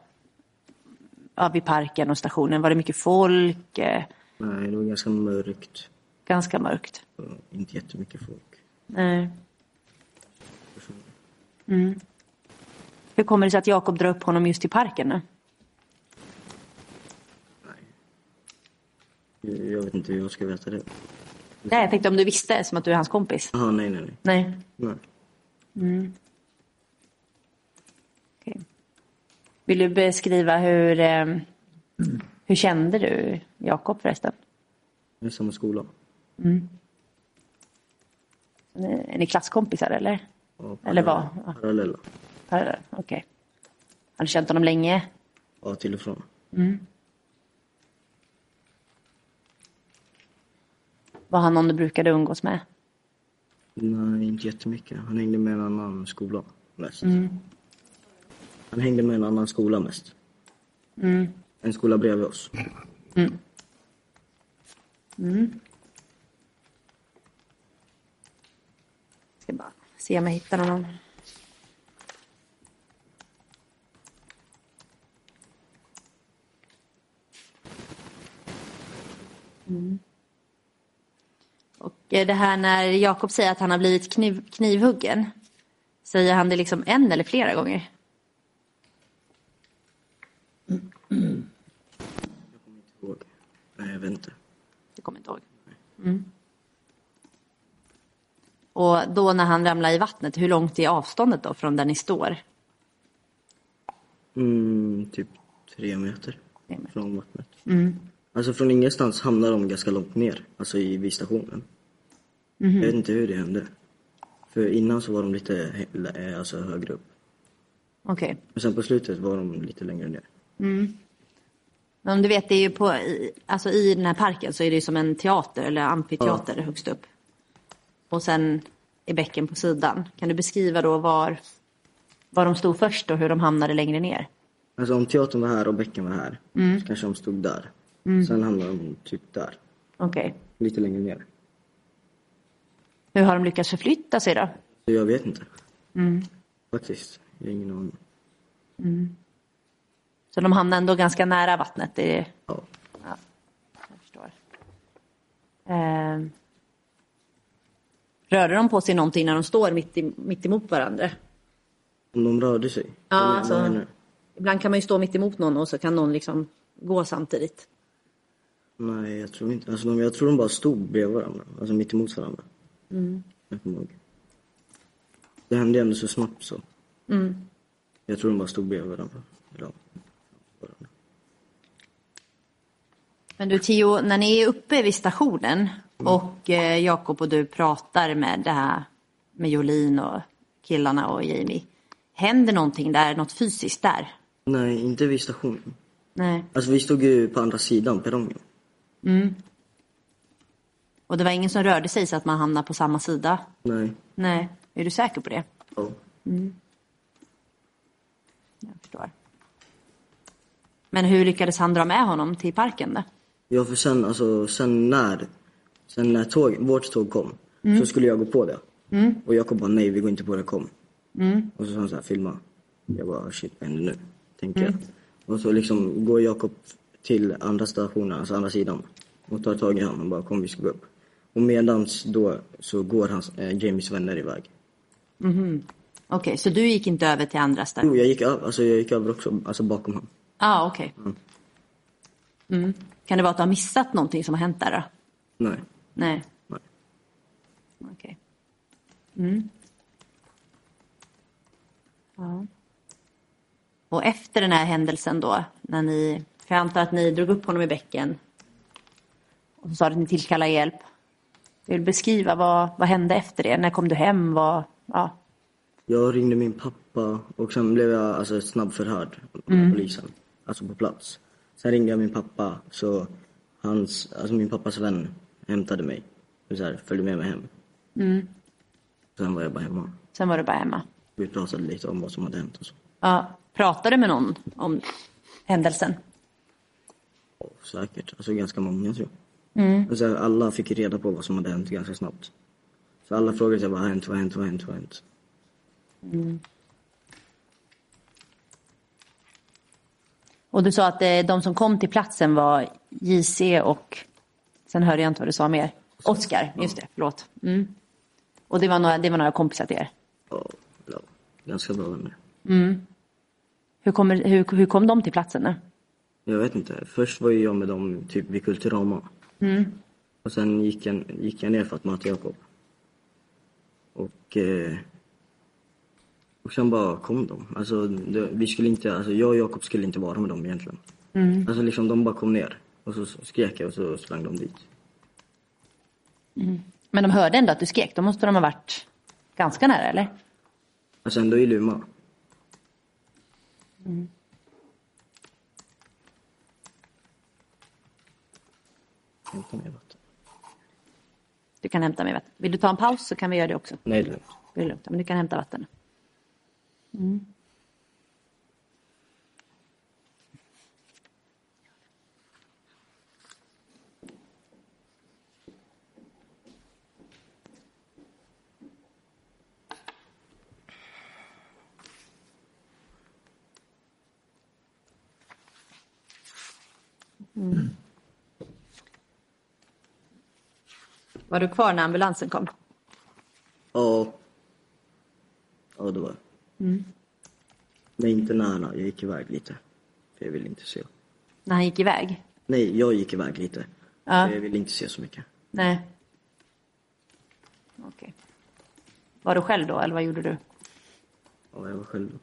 Speaker 4: ja, vid parken och stationen? Var det mycket folk? Eh,
Speaker 3: Nej, det var ganska mörkt.
Speaker 4: ganska mörkt?
Speaker 3: och Inte jättemycket folk.
Speaker 4: Nej. Mm. Hur kommer det sig att Jakob drar upp honom just i parken nu?
Speaker 3: Jag jag vet inte hur jag ska veta det.
Speaker 4: Nej, jag tänkte om du visste, som att du är hans kompis.
Speaker 3: Jaha, nej, nej, nej.
Speaker 4: Nej.
Speaker 3: nej.
Speaker 4: Okej. Vill du beskriva hur, eh, hur kände du Jakob förresten?
Speaker 3: Jag är i samma skola.
Speaker 4: Är ni klasskompisar eller?
Speaker 3: Ja,
Speaker 4: Eller vad?
Speaker 3: parallella- Parallella.
Speaker 4: Parallell, Okej. Har du känt honom länge?
Speaker 3: Ja, till och från.
Speaker 4: Var han någon du brukade umgås med?
Speaker 3: Nej, inte jättemycket. Han hängde med en annan skola mest.
Speaker 4: Mm.
Speaker 3: Han hängde med en annan skola mest.
Speaker 4: Mm.
Speaker 3: En skola bredvid oss.
Speaker 4: Ska bara se om jag hittar honom. Mm. Och eh, det här när Jakob säger att han har blivit kniv, knivhuggen. Säger han det liksom en eller flera gånger?
Speaker 3: Och, nej, jag vet inte.
Speaker 4: Jag kommer inte ihåg. Mm. Och då när han ramlar i vattnet, hur långt är avståndet då från där ni står?
Speaker 3: Mm, typ tre meter
Speaker 4: meter. Mm.
Speaker 3: från vattnet. Alltså från ingenstans hamnade de ganska långt ner, alltså i, vid stationen.
Speaker 4: Mm-hmm.
Speaker 3: Jag vet inte hur det hände. För innan så var de lite hä- eh, alltså, högre upp.
Speaker 4: Okej.
Speaker 3: Men sen på slutet var de lite längre ner.
Speaker 4: Men om du vet, det är ju på, i- alltså i den här parken så är det ju som en teater eller amfiteater högst upp. Och sen är bäcken på sidan. Kan du beskriva då var, var de stod först och hur de hamnade längre ner?
Speaker 3: Alltså om teatern var här och bäcken var här,
Speaker 4: Mm.
Speaker 3: så kanske de stod där. Sen hamnade de typ där,
Speaker 4: Okej.
Speaker 3: lite längre ner.
Speaker 4: Hur har de lyckats förflytta sig då?
Speaker 3: Så jag vet inte.
Speaker 4: Mm.
Speaker 3: Faktiskt, jag har ingen aning.
Speaker 4: Så de hamnar ändå ganska nära vattnet. Det är,
Speaker 3: Ja.
Speaker 4: ja, jag förstår. Ehm. rörde de på sig någonting när de står mitt, i, mitt emot varandra?
Speaker 3: Om de rörde sig.
Speaker 4: Ja,
Speaker 3: Vad menar
Speaker 4: alltså-
Speaker 3: jag nu?
Speaker 4: Ibland kan man ju stå mitt emot någon och så kan någon liksom gå samtidigt.
Speaker 3: Nej, jag tror inte. Alltså, de, jag tror de bara stod bredvid varandra. Alltså mitt emot varandra.
Speaker 4: Mm.
Speaker 3: Jag kommer ihåg. Det hände ändå så snabbt så.
Speaker 4: Mm.
Speaker 3: Jag tror de bara stod bredvid varandra. Eller, ja, varandra.
Speaker 4: Men du Theo, när ni är uppe vid stationen och eh, Jakob och du pratar med det här med Jolin och killarna och Jamie. Händer någonting där, något fysiskt där?
Speaker 3: Nej, inte vid stationen.
Speaker 4: Nej.
Speaker 3: Alltså vi stod ju på andra sidan perrongen.
Speaker 4: Och det var ingen som rörde sig så att man hamnar på samma sida?
Speaker 3: Nej.
Speaker 4: Nej. Är du säker på det?
Speaker 3: Ja.
Speaker 4: Jag förstår. Men hur lyckades han dra med honom till parken då?
Speaker 3: Ja, för sen, alltså, sen när, sen när tåg, vårt tåg kom så skulle jag gå på det. Och Jakob bara nej, vi går inte på det, kom. Och så sa han så här, filma. Jag bara shit, vad händer nu? Tänker jag. Och så liksom går Jakob till andra stationen, alltså andra sidan. Och tar tag i honom och bara kom vi ska gå upp. Och medans då så går hans, eh, Jamies vänner iväg.
Speaker 4: Okej, så du gick inte över till andra stationen?
Speaker 3: Jo, jag gick över, alltså jag gick över också, alltså bakom honom.
Speaker 4: Ja, ah, okej. Mm. Kan det vara att du har missat någonting som har hänt där då?
Speaker 3: Nej.
Speaker 4: Nej.
Speaker 3: nej.
Speaker 4: Okej. Mm. Ja. Och efter den här händelsen då, när ni, för jag antar att ni drog upp honom i bäcken och så sa att ni tillkallade hjälp. Jag vill beskriva vad, vad hände efter det? När kom du hem? Vad, ja.
Speaker 3: Jag ringde min pappa och sen blev jag alltså, snabbförhörd av polisen. Alltså på plats. Sen ringde jag min pappa så hans, alltså min pappas vän hämtade mig. Och Så här, följde med mig hem. Sen var jag bara hemma.
Speaker 4: Sen var du bara hemma.
Speaker 3: Vi pratade lite om vad som hade hänt och så.
Speaker 4: Ja. Pratade du med någon om händelsen?
Speaker 3: Och säkert, alltså ganska många tror jag. Och så här, alla fick reda på vad som hade hänt ganska snabbt. Så alla frågade så här, vad har hänt, vad har hänt, vad har hänt, vad har hänt?
Speaker 4: Och du sa att eh, de som kom till platsen var JC och, sen hörde jag inte vad du sa mer, Oscar, just det, förlåt. Mm. Och det var, några, det var några kompisar till er.
Speaker 3: Ja, ja, ganska bra vänner.
Speaker 4: Hur, kommer, hur, hur kom de till platsen? då?
Speaker 3: Jag vet inte. Först var ju jag med dem typ vid Kulturama. Och sen gick jag, gick jag ner för att möta Jakob. Och, eh, och sen bara kom de. Alltså, det, vi skulle inte, alltså, jag och Jakob skulle inte vara med dem egentligen. Alltså liksom de bara kom ner. Och så skrek jag och så sprang de dit.
Speaker 4: Men de hörde ändå att du skrek, då måste de ha varit ganska nära eller?
Speaker 3: Alltså ändå i Luma. Jag tar med vatten.
Speaker 4: Du kan hämta mig vatten. Vill du ta en paus så kan vi göra det också.
Speaker 3: Nej, det är lugnt.
Speaker 4: Det är lugnt, men du kan hämta vatten. Mm. Var du kvar när ambulansen kom?
Speaker 3: Ja. Ja, det var mm. Nej, inte nära. Jag gick iväg lite. För jag ville inte se.
Speaker 4: När han gick iväg?
Speaker 3: Nej, jag gick iväg lite.
Speaker 4: Ja.
Speaker 3: För jag ville inte se så mycket.
Speaker 4: Nej. Okej. Var du själv då, eller vad gjorde du?
Speaker 3: Ja, jag var själv då.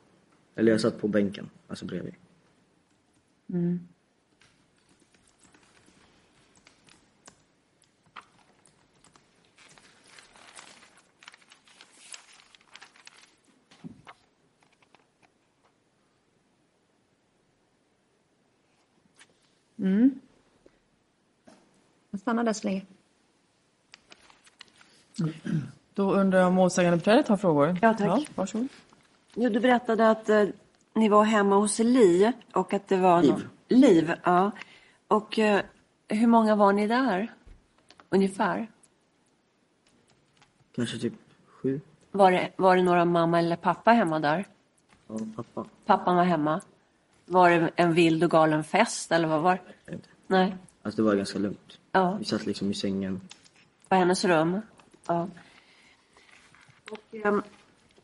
Speaker 3: Eller jag satt på bänken, alltså bredvid.
Speaker 4: Jag stannade där så länge.
Speaker 2: Då undrar jag om målsägandebiträdet har frågor?
Speaker 5: Ja, tack.
Speaker 2: varsågod.
Speaker 5: Jo, du berättade att eh, ni var hemma hos Li och att det var...
Speaker 3: Liv.
Speaker 5: någon- Liv, ja. Och eh, hur många var ni där? Ungefär?
Speaker 3: Kanske typ sju.
Speaker 5: Var det, var det några mamma eller pappa hemma där?
Speaker 3: Ja, pappa.
Speaker 5: Pappan var hemma. Var det en vild och galen fest eller vad var det?
Speaker 3: Jag vet inte.
Speaker 5: Nej.
Speaker 3: Alltså det var ganska lugnt.
Speaker 5: Ja.
Speaker 3: Vi satt liksom i sängen.
Speaker 5: på hennes rum. Ja. Och, ehm,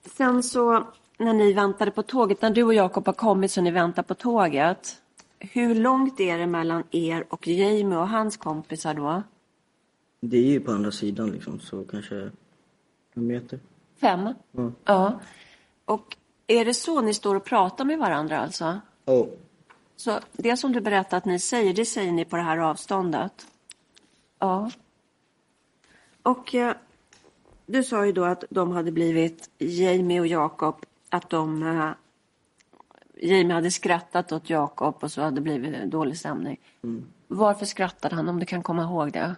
Speaker 5: sen så när ni väntade på tåget, när du och Jakob har kommit så ni väntar på tåget. Hur långt är det mellan er och Jamie och hans kompisar då?
Speaker 3: Det är ju på andra sidan liksom, så kanske en meter.
Speaker 5: Fem?
Speaker 3: Ja.
Speaker 5: Ja. Och är det så ni står och pratar med varandra alltså?
Speaker 3: Ja.
Speaker 5: Så det som du berättar att ni säger, det säger ni på det här avståndet? Ja. Och eh, du sa ju då att de hade blivit, Jamie och Jakob, att de... Eh, Jamie hade skrattat åt Jakob och så hade det blivit dålig stämning. Varför skrattade han, om du kan komma ihåg det?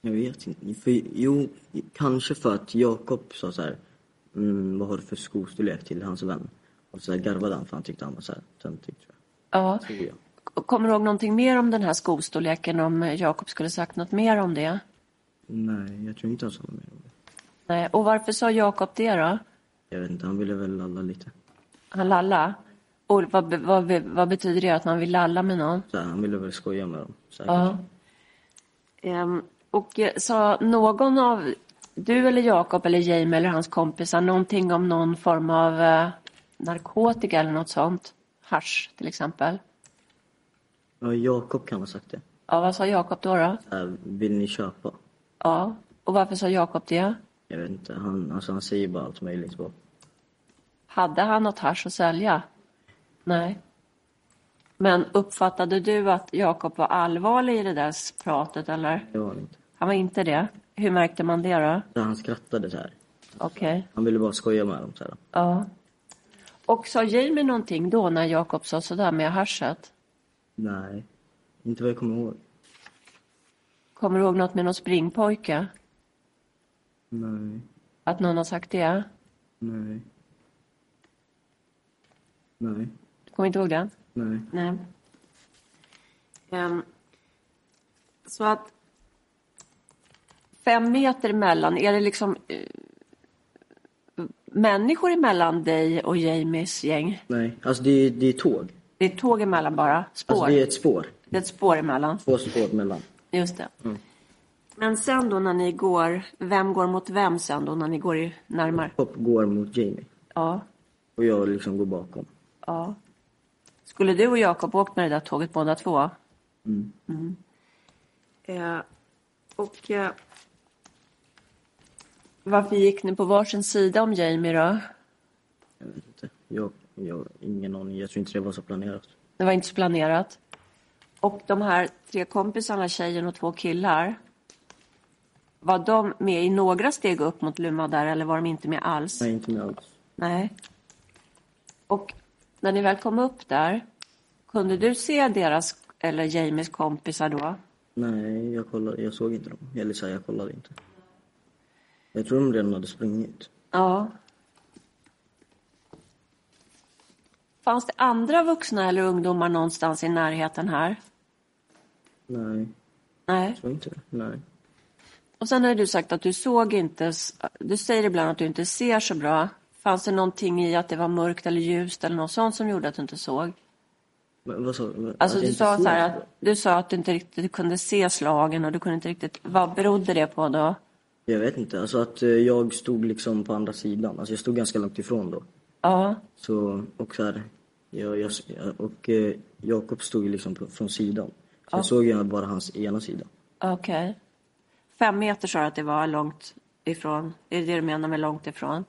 Speaker 3: Jag vet inte. För, jo, kanske för att Jakob sa så här, mm, vad har du för skostorlek till hans vän? Och så här garvade han för han tyckte han var så här töntig tror
Speaker 5: Ja.
Speaker 3: jag. Tror jag.
Speaker 5: Och Kommer du ihåg någonting mer om den här skostorleken, om Jakob skulle sagt något mer om det?
Speaker 3: Nej, jag tror inte han sa något mer om det.
Speaker 5: Nej. Och varför sa Jakob det då?
Speaker 3: Jag vet inte, han ville väl lalla lite.
Speaker 5: Han lalla? Och vad, be- vad, be- vad betyder det att man vill lalla med någon?
Speaker 3: Så här, han ville väl skoja med dem. Så här,
Speaker 5: Ja. Ehm, och eh, sa någon av du eller Jakob eller Jamie eller hans kompisar någonting om någon form av eh, narkotika eller något sånt? Hasch till exempel.
Speaker 3: Ja, Jakob kan ha sagt det.
Speaker 5: Ja, vad sa Jakob då? då?
Speaker 3: Så här, vill ni köpa?
Speaker 5: Ja. Och varför sa Jakob det?
Speaker 3: Jag vet inte, han, alltså, han säger bara allt möjligt. Bara.
Speaker 5: Hade han något hasch att sälja? Nej. Men uppfattade du att Jakob var allvarlig i det där pratet eller?
Speaker 3: Det var han inte.
Speaker 5: Han var inte det. Hur märkte man det då?
Speaker 3: Så han skrattade så här.
Speaker 5: Okej.
Speaker 3: Han ville bara skoja med dem så här.
Speaker 5: Ja. Och sa Jamie någonting då när Jakob sa sådär med haschet?
Speaker 3: Nej, inte vad jag kommer ihåg.
Speaker 5: Kommer du ihåg något med någon springpojke?
Speaker 3: Nej,
Speaker 5: Att någon har sagt det?
Speaker 3: nej. Nej,
Speaker 5: Du kommer inte ihåg det?
Speaker 3: nej.
Speaker 5: Nej. Ehm, så att fem meter emellan, är det liksom... eh, människor emellan dig och Jamies gäng?
Speaker 3: Nej, alltså det är, det är tåg.
Speaker 5: Det är tåg emellan bara, spår.
Speaker 3: Alltså det är ett spår.
Speaker 5: Det är ett spår emellan.
Speaker 3: Två spår mellan.
Speaker 5: Just det. Men sen då när ni går, vem går mot vem sen då när ni går i- närmare?
Speaker 3: Pop går mot Jamie.
Speaker 5: Ja,
Speaker 3: Och jag liksom går bakom.
Speaker 5: ja. Skulle du och Jakob åkt med det där tåget båda två? Mm. Eh, och eh, varför gick ni på varsin sida om Jamie då?
Speaker 3: Jag vet inte. Jag, jag ingen aning. Jag tror inte det var så planerat.
Speaker 5: Det var inte så planerat. Och de här tre kompisarna, tjejen och två killar. Var de med i några steg upp mot Luma där eller var de inte med alls?
Speaker 3: Nej, inte med alls.
Speaker 5: Nej. Och när ni väl kom upp där, kunde du se deras, eller Jamies kompisar då?
Speaker 3: Nej, jag kollade. Jag såg inte dem. Eller så här, jag kollade inte. Jag tror de redan hade sprungit.
Speaker 5: Ja. Fanns det andra vuxna eller ungdomar någonstans i närheten här?
Speaker 3: Nej,
Speaker 5: Nej.
Speaker 3: jag tror inte det. Nej.
Speaker 5: Och sen har ju du sagt att du såg inte, du säger ibland att du inte ser så bra. Fanns det någonting i att det var mörkt eller ljust eller något sånt som gjorde att du inte såg?
Speaker 3: Men vad sa du? Att
Speaker 5: Alltså
Speaker 3: jag
Speaker 5: du
Speaker 3: inte
Speaker 5: sa
Speaker 3: såg
Speaker 5: så här
Speaker 3: det?
Speaker 5: att du sa att du inte riktigt kunde se slagen och du kunde inte riktigt, vad berodde det på då?
Speaker 3: Jag vet inte. Alltså att eh, jag stod liksom på andra sidan. Alltså jag stod ganska långt ifrån då.
Speaker 5: Ja,
Speaker 3: Så, och så här, jag, jag, och eh, Jakob stod ju liksom på, från sidan. Så jag såg ju bara hans ena sida.
Speaker 5: okej. Fem meter sa du att det var långt ifrån, är det det du menar med långt ifrån?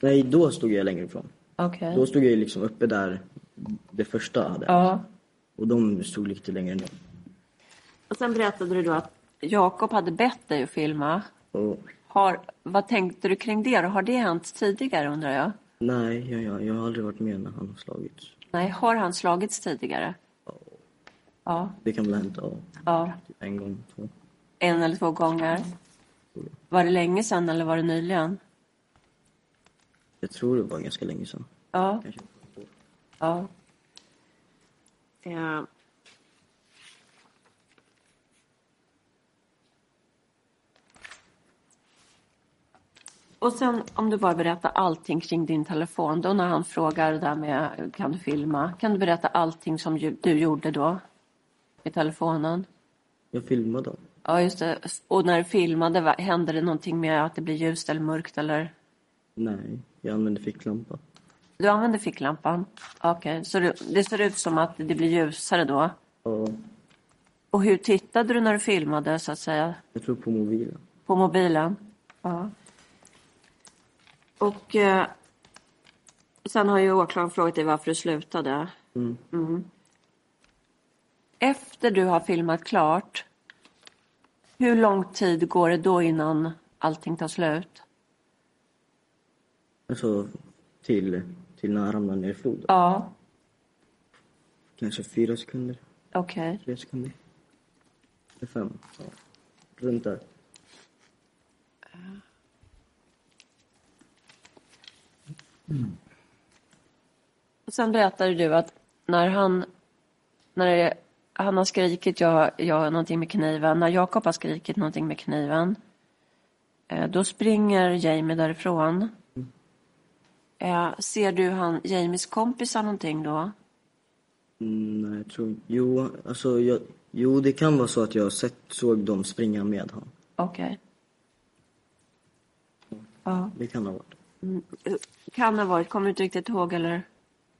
Speaker 3: Nej, då stod jag längre ifrån.
Speaker 5: Okej.
Speaker 3: Då stod jag ju liksom uppe där det första hade
Speaker 5: Ja.
Speaker 3: Och de stod lite längre ner.
Speaker 5: Och sen berättade du då att Jakob hade bett dig att filma.
Speaker 3: Och
Speaker 5: Har, vad tänkte du kring det då? Har det hänt tidigare undrar jag?
Speaker 3: nej, jag, jag, jag har aldrig varit med när han har slagits.
Speaker 5: Nej, har han slagits tidigare? Ja,
Speaker 3: Det kan väl ha hänt, ja.
Speaker 5: ja.
Speaker 3: Typ en gång, två.
Speaker 5: En eller två gånger. Var det länge sedan eller var det nyligen?
Speaker 3: Jag tror det var ganska länge sedan.
Speaker 5: Ja,
Speaker 3: Kanske.
Speaker 5: ja. Eh, Och sen om du bara berättar allting kring din telefon då när han frågar det där med kan du filma? Kan du berätta allting som ju- du gjorde då? I telefonen?
Speaker 3: Jag filmade honom.
Speaker 5: Ja, just det. Och när du filmade, va- hände det någonting med att det blir ljust eller mörkt eller?
Speaker 3: Nej, jag använde ficklampa.
Speaker 5: Du använde ficklampan? Okej, så det, det ser ut som att det blir ljusare då?
Speaker 3: Ja,
Speaker 5: Och hur tittade du när du filmade så att säga?
Speaker 3: jag tror på mobilen.
Speaker 5: På mobilen? Ja. Och eh, sen har ju åklagaren frågat dig varför du slutade. Mm. Efter du har filmat klart, hur lång tid går det då innan allting tar slut?
Speaker 3: Alltså, till, till när han ramlade ner i floden.
Speaker 5: Ja,
Speaker 3: Kanske fyra sekunder,
Speaker 5: okej.
Speaker 3: tre sekunder. Eller fem. Ja. Runt där.
Speaker 5: Och Sen berättade du att när han, när det, han har skrikit jag, jag någonting med kniven, när Jakob har skrikit någonting med kniven, eh, då springer Jamie därifrån. Eh, ser du han, Jamies kompisar någonting då?
Speaker 3: Mm, nej, jag tror Jo, alltså, jag, jo, det kan vara så att jag sett, såg dem springa med han.
Speaker 5: Okej. Ja.
Speaker 3: Det kan ha varit.
Speaker 5: Kan ha varit, kommer du inte riktigt ihåg eller?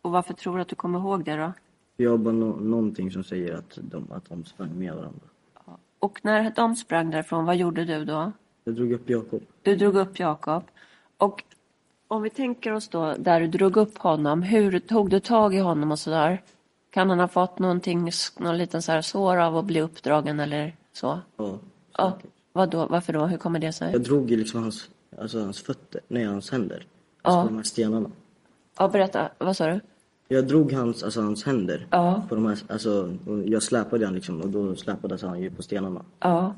Speaker 5: Och varför tror du att du kommer ihåg det då?
Speaker 3: Jag har bara nå någonting som säger att de, att de sprang med varandra.
Speaker 5: Och när de sprang därifrån, vad gjorde du då?
Speaker 3: Jag drog upp Jakob.
Speaker 5: Du drog upp Jakob. Och om vi tänker oss då där du drog upp honom, hur tog du tag i honom och sådär? Kan han ha fått någonting, någon liten så här sår av att bli uppdragen eller så?
Speaker 3: Ja,
Speaker 5: Ja.
Speaker 3: säkert.
Speaker 5: Vad då? Varför då? Hur kommer det sig?
Speaker 3: Jag drog ju liksom hans, alltså hans fötter, nej hans händer. Alltså
Speaker 5: Ja.
Speaker 3: på de här stenarna.
Speaker 5: Ja, berätta. Vad sa du?
Speaker 3: Jag drog hans, alltså hans händer.
Speaker 5: Ja.
Speaker 3: På de här, alltså, och jag släpade han liksom och då släpades han ju på stenarna.
Speaker 5: Ja.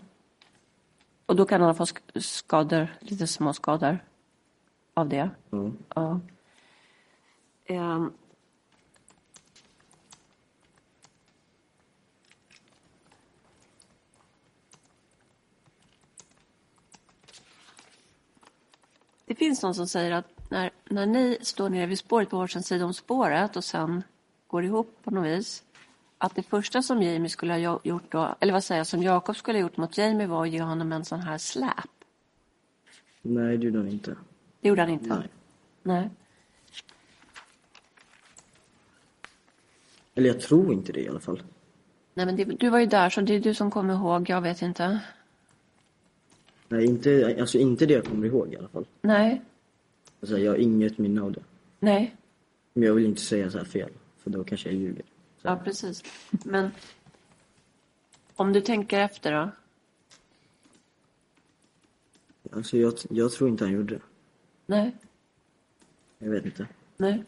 Speaker 5: Och då kan han ha fått sk- skador, lite små skador av det.
Speaker 3: Ja.
Speaker 5: Ja. Ehm. Det finns någon som säger att när när ni står nere vid spåret på varsin sida om spåret och sen går ihop på något vis. Att det första som Jamie skulle ha jo- gjort då, eller vad säger jag, som Jakob skulle ha gjort mot Jamie var att ge honom en sån här släp.
Speaker 3: Nej, det gjorde han inte.
Speaker 5: Det gjorde han inte.
Speaker 3: Nej.
Speaker 5: Nej.
Speaker 3: Eller jag tror inte det i alla fall.
Speaker 5: Nej, men det, du var ju där så det är du som kommer ihåg, jag vet inte.
Speaker 3: Nej, inte, alltså inte det jag kommer ihåg i alla fall.
Speaker 5: Nej,
Speaker 3: Alltså, jag har inget minne av det.
Speaker 5: nej.
Speaker 3: Men jag vill inte säga så här fel, för då kanske jag ljuger. Så,
Speaker 5: Ja, precis. Men om du tänker efter då?
Speaker 3: Alltså, jag, jag tror inte han gjorde det.
Speaker 5: Nej,
Speaker 3: Jag vet inte.
Speaker 5: nej.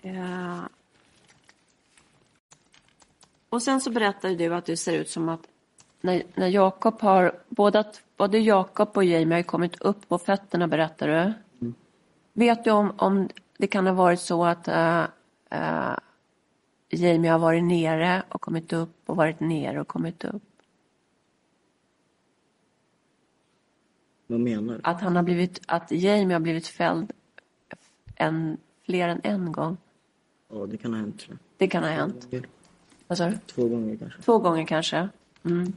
Speaker 5: Ja. Och sen så berättar ju du att det ser ut som att när, när Jakob har, både, både Jakob och Jamie har ju kommit upp på fötterna berättar du. Vet du om, om det kan ha varit så att eh, eh, Jamie har varit nere och kommit upp och varit nere och kommit upp?
Speaker 3: Vad menar du?
Speaker 5: att han har blivit, att Jamie har blivit fälld en, fler än en gång.
Speaker 3: Ja, det kan ha hänt. tror
Speaker 5: Det kan ha hänt.
Speaker 3: jag.
Speaker 5: Vad sa du?
Speaker 3: Två gånger kanske.
Speaker 5: Två gånger kanske. Mm.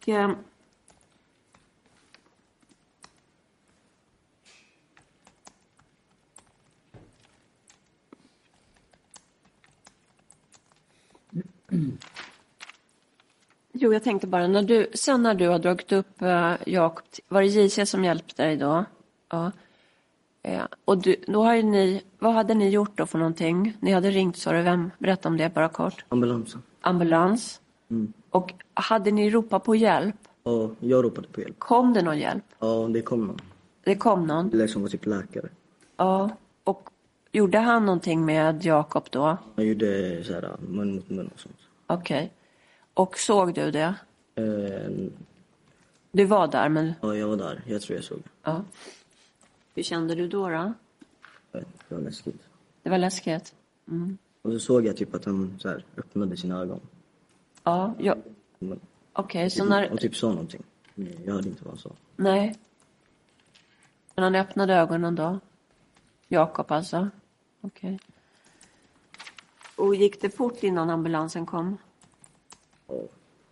Speaker 5: Och, eh, Jo, jag tänkte bara, när du, sen när du har dragit upp eh, Jakob, var det JC som hjälpte dig då? Ja. Eh, och du, då har ju ni, vad hade ni gjort då för någonting? Ni hade ringt, sa du, vem? Berätta om det bara kort.
Speaker 3: Ambulansen.
Speaker 5: Ambulans. Och hade ni ropat på hjälp?
Speaker 3: Ja, jag ropade på hjälp.
Speaker 5: Kom det någon hjälp?
Speaker 3: Ja, det kom någon.
Speaker 5: Det kom någon.
Speaker 3: Eller som var typ läkare.
Speaker 5: Ja. Och gjorde han någonting med Jakob då?
Speaker 3: Han gjorde så här mun mot mun och sånt.
Speaker 5: Okej. Och såg du det?
Speaker 3: Eh,
Speaker 5: Du var där, men...
Speaker 3: ja, jag var där. Jag tror jag såg.
Speaker 5: Ja. Hur kände du då? då?
Speaker 3: Jag vet inte, Det var läskigt.
Speaker 5: Det var läskigt.
Speaker 3: Och så såg jag typ att han så här öppnade sina ögon.
Speaker 5: Ja. ja.
Speaker 3: Men-
Speaker 5: Okej, så när...
Speaker 3: Och typ sa någonting. Men jag hörde inte vad han sa.
Speaker 5: Nej. Men han öppnade ögonen då? Jakob alltså? Okej. Och gick det fort innan ambulansen kom?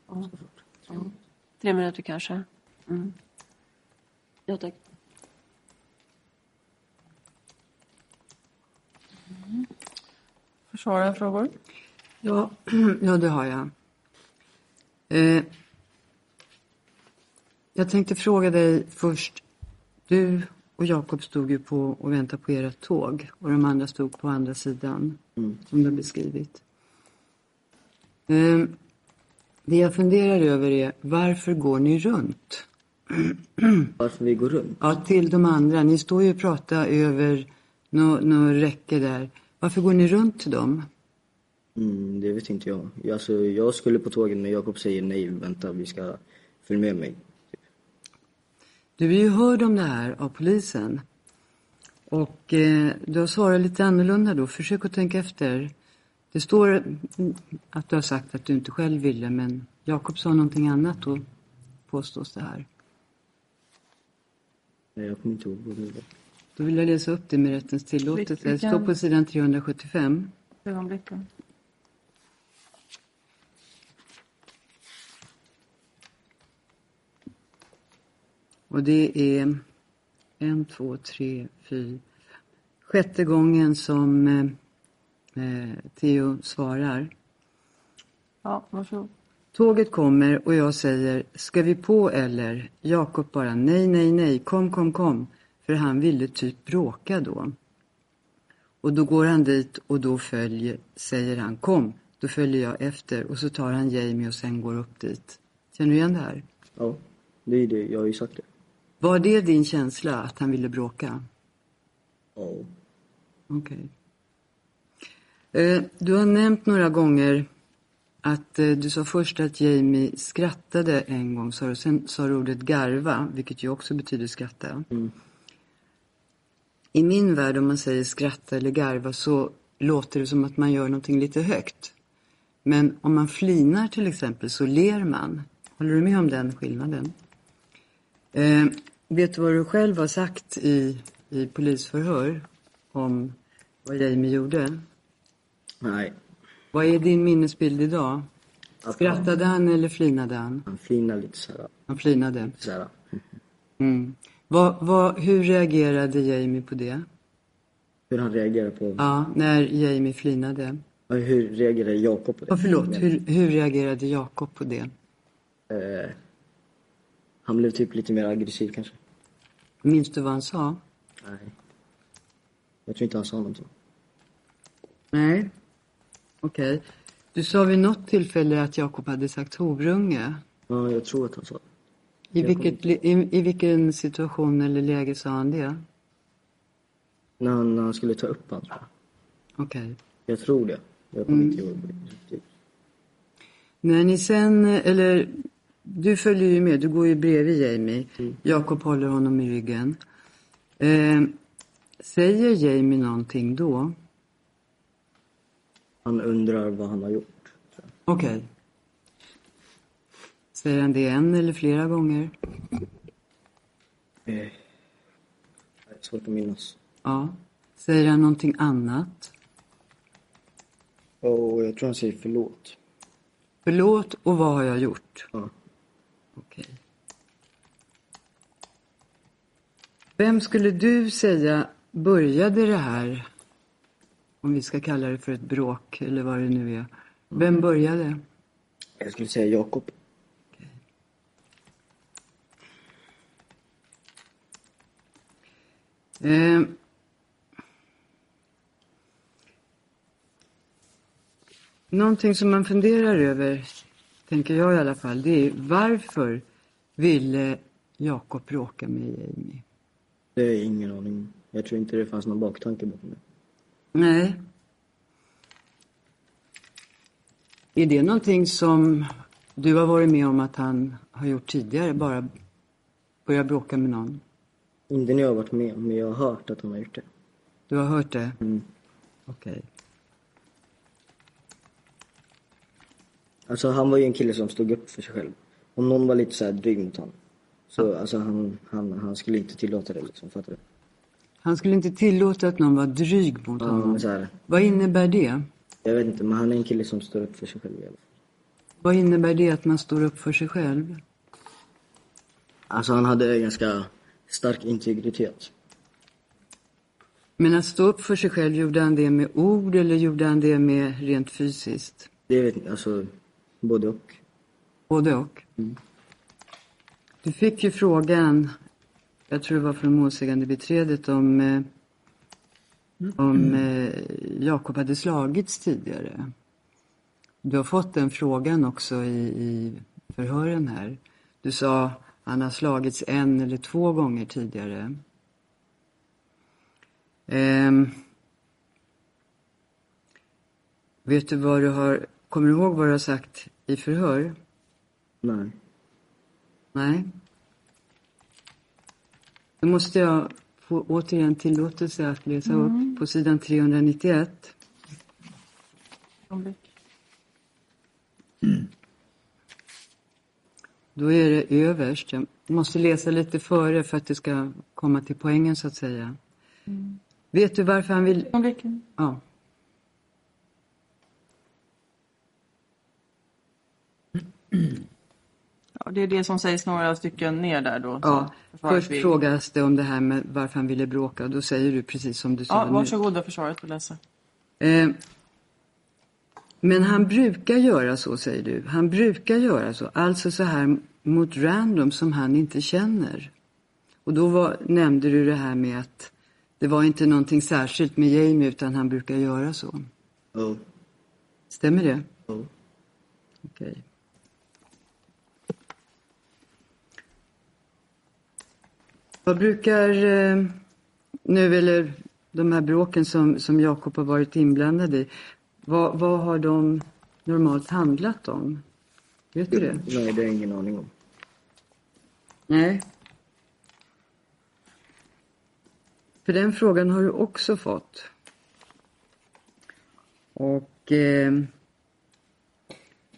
Speaker 3: Ja.
Speaker 5: Tre minuter kanske? Mm. Ja, tack.
Speaker 2: Försvara frågor.
Speaker 6: Ja, ja det har jag. Eh, jag tänkte fråga dig först. Du och Jakob stod ju på och väntade på era tåg och de andra stod på andra sidan, som du har beskrivit. Eh, det jag funderar över är, varför går ni runt?
Speaker 3: Varför vi går runt?
Speaker 6: Ja, till de andra. Ni står ju och pratar över något nå räcke där. Varför går ni runt till dem?
Speaker 3: Mm, det vet inte jag. Jag- Alltså, jag skulle på tåget men Jakob säger nej, vänta vi ska följa med mig.
Speaker 6: Du är ju hörd om det här av polisen. Och eh, du har svarat lite annorlunda då. Försök att tänka efter. Det står mm, att du har sagt att du inte själv ville, men Jakob sa någonting annat då, påstås det här.
Speaker 3: Nej, jag kommer inte ihåg vad det var.
Speaker 6: Då vill jag läsa upp det med rättens tillåtelse. Det står på sidan 375.
Speaker 2: Ögonblicken.
Speaker 6: Och det är en, två, tre, fyra, sjätte gången som eh, eh, Theo svarar.
Speaker 2: Ja, varsågod.
Speaker 6: Tåget kommer och jag säger, ska vi på eller? Jakob bara, nej, nej, nej, kom, kom, kom. För han ville typ bråka då. Och då går han dit och då följer, säger han, kom. Då följer jag efter och så tar han Jamie och sen går upp dit. Känner du igen det här?
Speaker 3: Ja, det är det. Jag har ju sagt det.
Speaker 6: Var det din känsla att han ville bråka?
Speaker 3: Ja.
Speaker 6: Okej. Eh, Du har nämnt några gånger att eh, du sa först att Jamie skrattade en gång, sa du. Sen sa du ordet garva, vilket ju också betyder skratta. I min värld, om man säger skratta eller garva, så låter det som att man gör någonting lite högt. Men om man flinar till exempel, så ler man. Håller du med om den skillnaden? Eh, Vet du vad du själv har sagt i, i polisförhör om vad Jamie gjorde?
Speaker 3: Nej,
Speaker 6: Vad är din minnesbild idag?
Speaker 3: Att-
Speaker 6: Skrattade han eller flinade han?
Speaker 3: han flinar lite såhär.
Speaker 6: Han flinade.
Speaker 3: såhär.
Speaker 6: Mm. Vad, vad, hur reagerade Jamie på det?
Speaker 3: Hur han reagerar på...
Speaker 6: Ja, när Jamie flinade.
Speaker 3: Ja, Hur reagerar Jakob på det?
Speaker 6: Ja, förlåt, hur, hur reagerade Jakob på det?
Speaker 3: Eh, han blev typ lite mer aggressiv kanske.
Speaker 6: Minns du vad han sa?
Speaker 3: Nej. Jag tror inte han sa någonting.
Speaker 6: Nej. Okej. Du sa vid något tillfälle att Jakob hade sagt horunge.
Speaker 3: Ja, jag tror att han sa det.
Speaker 6: I, vilket, li- i, I vilken situation eller läge sa han det?
Speaker 3: När han, när han skulle ta upp honom tror jag.
Speaker 6: Okej.
Speaker 3: Jag tror det. Jag kommer inte ihåg riktigt.
Speaker 6: När ni sen, eller du följer ju med, du går ju bredvid Jamie. Jakob håller honom i ryggen. Eh, säger Jamie någonting då?
Speaker 3: Han undrar vad han har gjort. tror
Speaker 6: Okej. Säger han det en eller flera gånger?
Speaker 3: jag. Eh, det är svårt att minnas.
Speaker 6: Ja. Säger han någonting annat?
Speaker 3: Och jag tror han säger förlåt.
Speaker 6: Förlåt och vad har jag gjort?
Speaker 3: Ja.
Speaker 6: Okej. Vem skulle du säga började det här, om vi ska kalla det för ett bråk eller vad det nu är. Vem började?
Speaker 3: Jag skulle säga Jakob.
Speaker 6: Eh, någonting som man funderar över, tänker jag i alla fall, det är varför ville Jakob bråka med Jamie?
Speaker 3: Det är ingen aning Jag tror inte det fanns någon baktanke bakom det.
Speaker 6: Nej. Är det någonting som du har varit med om att han har gjort tidigare, bara börja bråka med någon?
Speaker 3: Inte när jag har varit med om, men jag har hört att han har gjort det.
Speaker 6: Du har hört det?
Speaker 3: Mm.
Speaker 6: Okej.
Speaker 3: Alltså han var ju en kille som stod upp för sig själv. Om någon var lite så här dryg mot honom. Så alltså han, han, han skulle inte tillåta det liksom, fattar du?
Speaker 6: Han skulle inte tillåta att någon var dryg mot
Speaker 3: Han,
Speaker 6: honom.
Speaker 3: så här,
Speaker 6: Vad innebär det?
Speaker 3: jag vet inte, men han är en kille som står upp för sig själv i alla fall.
Speaker 6: Vad innebär det att man står upp för sig själv?
Speaker 3: Alltså han hade ganska stark integritet.
Speaker 6: Men att stå upp för sig själv, gjorde han det med ord eller gjorde han det med rent fysiskt?
Speaker 3: Det vet jag, alltså både och.
Speaker 6: Både och. Du fick ju frågan, jag tror det var från målsägandebiträdet, om, eh, om eh, Jakob hade slagits tidigare. Du har fått den frågan också i, i förhören här. Du sa han har slagits en eller två gånger tidigare. Ehm. vet du vad du har, kommer du ihåg vad du har sagt i förhör?
Speaker 3: Nej.
Speaker 6: Nej. Då måste jag få återigen tillåtelse att läsa
Speaker 2: Mm.
Speaker 6: upp på sidan 391.
Speaker 2: Ögonblick.
Speaker 6: Då är det överst. Jag måste läsa lite före för att det ska komma till poängen så att säga.
Speaker 2: Mm.
Speaker 6: Vet du varför han vill...
Speaker 2: Ögonblicken.
Speaker 6: Ja.
Speaker 2: Ja, det är det som sägs några stycken ner där då.
Speaker 6: ja.
Speaker 2: Försvaret
Speaker 6: Först
Speaker 2: vill-
Speaker 6: frågas det om det här med varför han ville bråka och då säger du precis som du sa
Speaker 2: Ja,
Speaker 6: nu.
Speaker 2: varsågoda försvaret och läsa.
Speaker 6: Eh, men han brukar göra så, säger du. Han brukar göra så. Alltså så här mot random som han inte känner. Och då var, nämnde du det här med att det var inte någonting särskilt med Jamie utan han brukar göra så.
Speaker 3: Oh.
Speaker 6: Stämmer det?
Speaker 3: Oh.
Speaker 6: Okej. Vad brukar eh, nu, eller de här bråken som, som Jakob har varit inblandad i, vad, vad har de normalt handlat om? Vet du det?
Speaker 3: Nej, det har jag ingen aning om.
Speaker 6: Nej. För den frågan har du också fått. Och eh,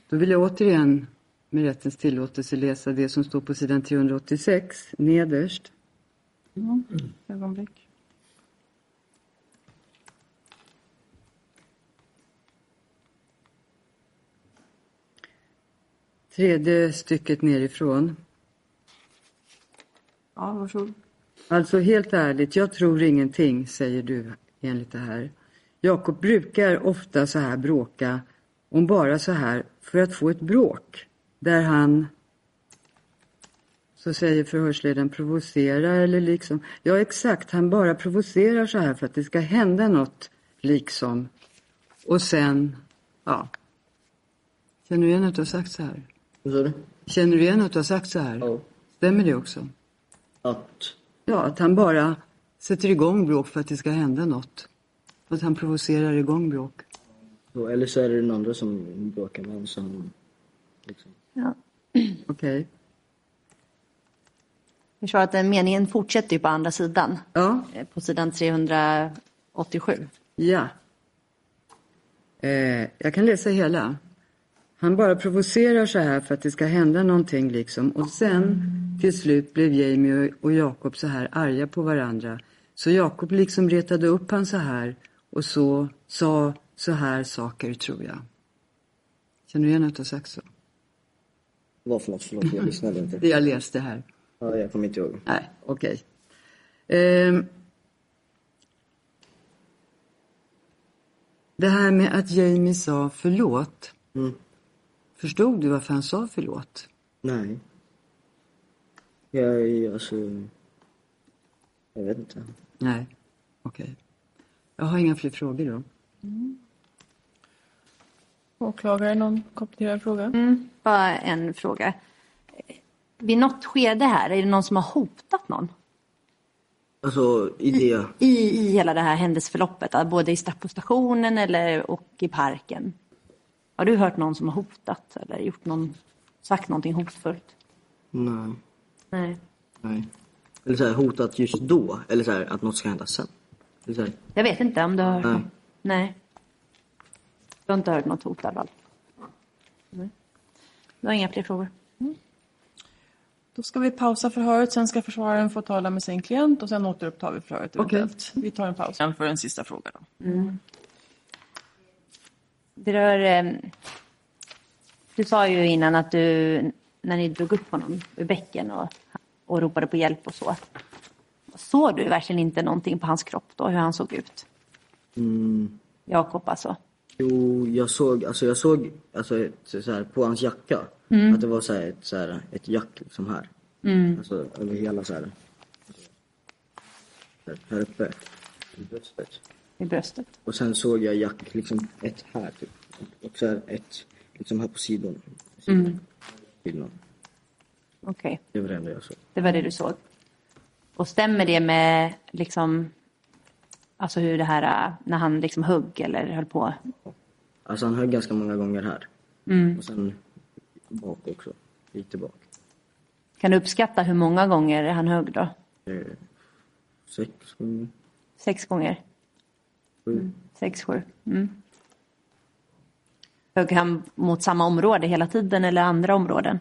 Speaker 6: då vill jag återigen med rättens tillåtelse läsa det som står på sidan 386 nederst.
Speaker 2: Mm. Ögonblick.
Speaker 6: Tredje stycket nerifrån.
Speaker 2: Ja, varsågod.
Speaker 6: Alltså helt ärligt, jag tror ingenting, säger du enligt det här. Jakob brukar ofta så här bråka, om bara så här, för att få ett bråk. Där han, så säger förhörsledaren, provocera eller liksom. Ja exakt, han bara provocerar så här för att det ska hända något, liksom. Och sen, ja. Känner du igen att du har sagt så här?
Speaker 3: Vad sa du?
Speaker 6: Känner du igen att du har sagt så här?
Speaker 3: Ja.
Speaker 6: Stämmer det också?
Speaker 3: Att...
Speaker 6: Ja, att han bara sätter igång bråk för att det ska hända något. Att han provocerar igång bråk.
Speaker 3: så- oh, Eller så är det den andra som bråkar med honom som... Liksom.
Speaker 4: Ja.
Speaker 6: Okej.
Speaker 4: Jag tror att den meningen fortsätter ju på andra sidan.
Speaker 6: Ja,
Speaker 4: eh, På sidan 387.
Speaker 6: ja. Eh, jag kan läsa hela. Han bara provocerar så här för att det ska hända någonting liksom. Och sen till slut blev Jamie och- och Jakob så här arga på varandra. Så Jakob liksom retade upp han så här och så sa så här saker tror jag. Känner du igen att du har sagt så?
Speaker 3: Vad för något? Förlåt, jag lyssnade inte.
Speaker 6: Det jag läste här.
Speaker 3: Ja, jag kommer inte ihåg.
Speaker 6: Nej, okej. Ehm. det här med att Jamie sa förlåt.
Speaker 3: Mm.
Speaker 6: Förstod du varför han sa förlåt?
Speaker 3: Nej. Jag, jag, alltså... Jag vet inte.
Speaker 6: Nej, okej. Jag har inga fler frågor då.
Speaker 2: Åklagare, någon kompletterande fråga?
Speaker 4: Mm, bara en fråga. Vid något skede här, är det någon som har hotat någon?
Speaker 3: Alltså, i det...
Speaker 4: I, i hela det här händelseförloppet, ja, både i sta- på stationen eller, och i parken. Har du hört någon som har hotat eller gjort någon, sagt någonting hotfullt?
Speaker 3: Nej.
Speaker 4: Nej.
Speaker 3: Nej. Eller så här, hotat just då. Eller så här, att något ska hända sen. Eller så här,
Speaker 4: Jag vet inte om du har hört
Speaker 3: Nej.
Speaker 4: något. Nej. Du har inte hört något hot i alla fall? Nej. Du har inga fler frågor?
Speaker 2: Då ska vi pausa förhöret, sen ska försvararen få tala med sin klient och sen återupptar vi förhöret
Speaker 6: Okej.
Speaker 2: eventuellt. Vi tar en paus sen för en sista fråga. Då.
Speaker 4: Det rör... eh, Du sa ju innan att du, när ni drog upp honom ur bäcken och, och ropade på hjälp och så. Såg du verkligen inte någonting på hans kropp då, hur han såg ut?
Speaker 3: mm,
Speaker 4: Jakob alltså.
Speaker 3: jo, jag såg, alltså jag såg alltså ett, så här, på hans jacka att det var så här, ett, så här, ett jack liksom här. Alltså över hela så här. Här, här uppe. I bröstet.
Speaker 4: I bröstet.
Speaker 3: Och sen såg jag jack liksom ett här typ. Och så här ett liksom här på sidon. Mm. Sidon.
Speaker 4: Okej,
Speaker 3: Det var det enda jag såg.
Speaker 4: det var det du såg. Och stämmer det med liksom, alltså hur det här, eh, när han liksom högg eller höll på?
Speaker 3: Alltså han högg ganska många gånger här.
Speaker 4: Mm.
Speaker 3: Och sen bak också. Gick tillbaka.
Speaker 4: Kan du uppskatta hur många gånger han högg då?
Speaker 3: Eh, Sex gånger.
Speaker 4: Sex gånger?
Speaker 3: sju.
Speaker 4: Sex, sju. Mm. Högg han mot samma område hela tiden eller andra områden?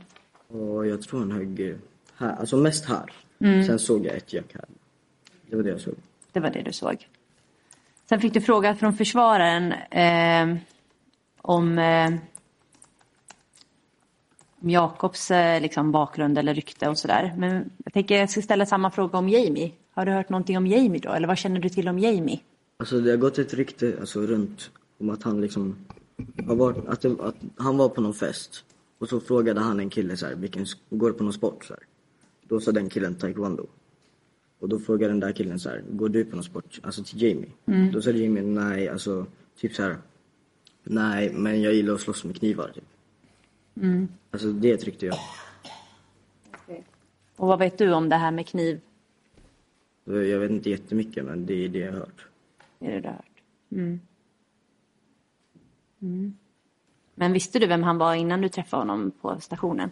Speaker 3: Och jag tror han högg eh, här, alltså mest här. Sen såg jag ett jack här. Det var det jag såg.
Speaker 4: Det var det du såg. Sen fick du fråga från försvararen eh, om, eh, om Jakobs eh, liksom, bakgrund eller rykte och sådär. Men jag tänker jag ska ställa samma fråga om Jamie. Har du hört någonting om Jamie då? Eller vad känner du till om Jamie?
Speaker 3: Alltså det har gått ett rykte alltså, runt om att han liksom har varit, att, det, att han var på någon fest och så frågade han en kille så här, vilken, sk- går du på någon sport? Så här. Då sa den killen taekwondo. Och då frågade den där killen så här, går du på någon sport? Alltså till Jamie. Då sa Jamie nej, alltså typ så här. nej men jag gillar att slåss med knivar typ. Alltså det är ett rykte jag.
Speaker 4: Och vad vet du om det här med kniv?
Speaker 3: Jag vet inte jättemycket men det är det jag har hört.
Speaker 4: Är det du har hört? Mm. Mm. Men visste du vem han var innan du träffade honom på stationen?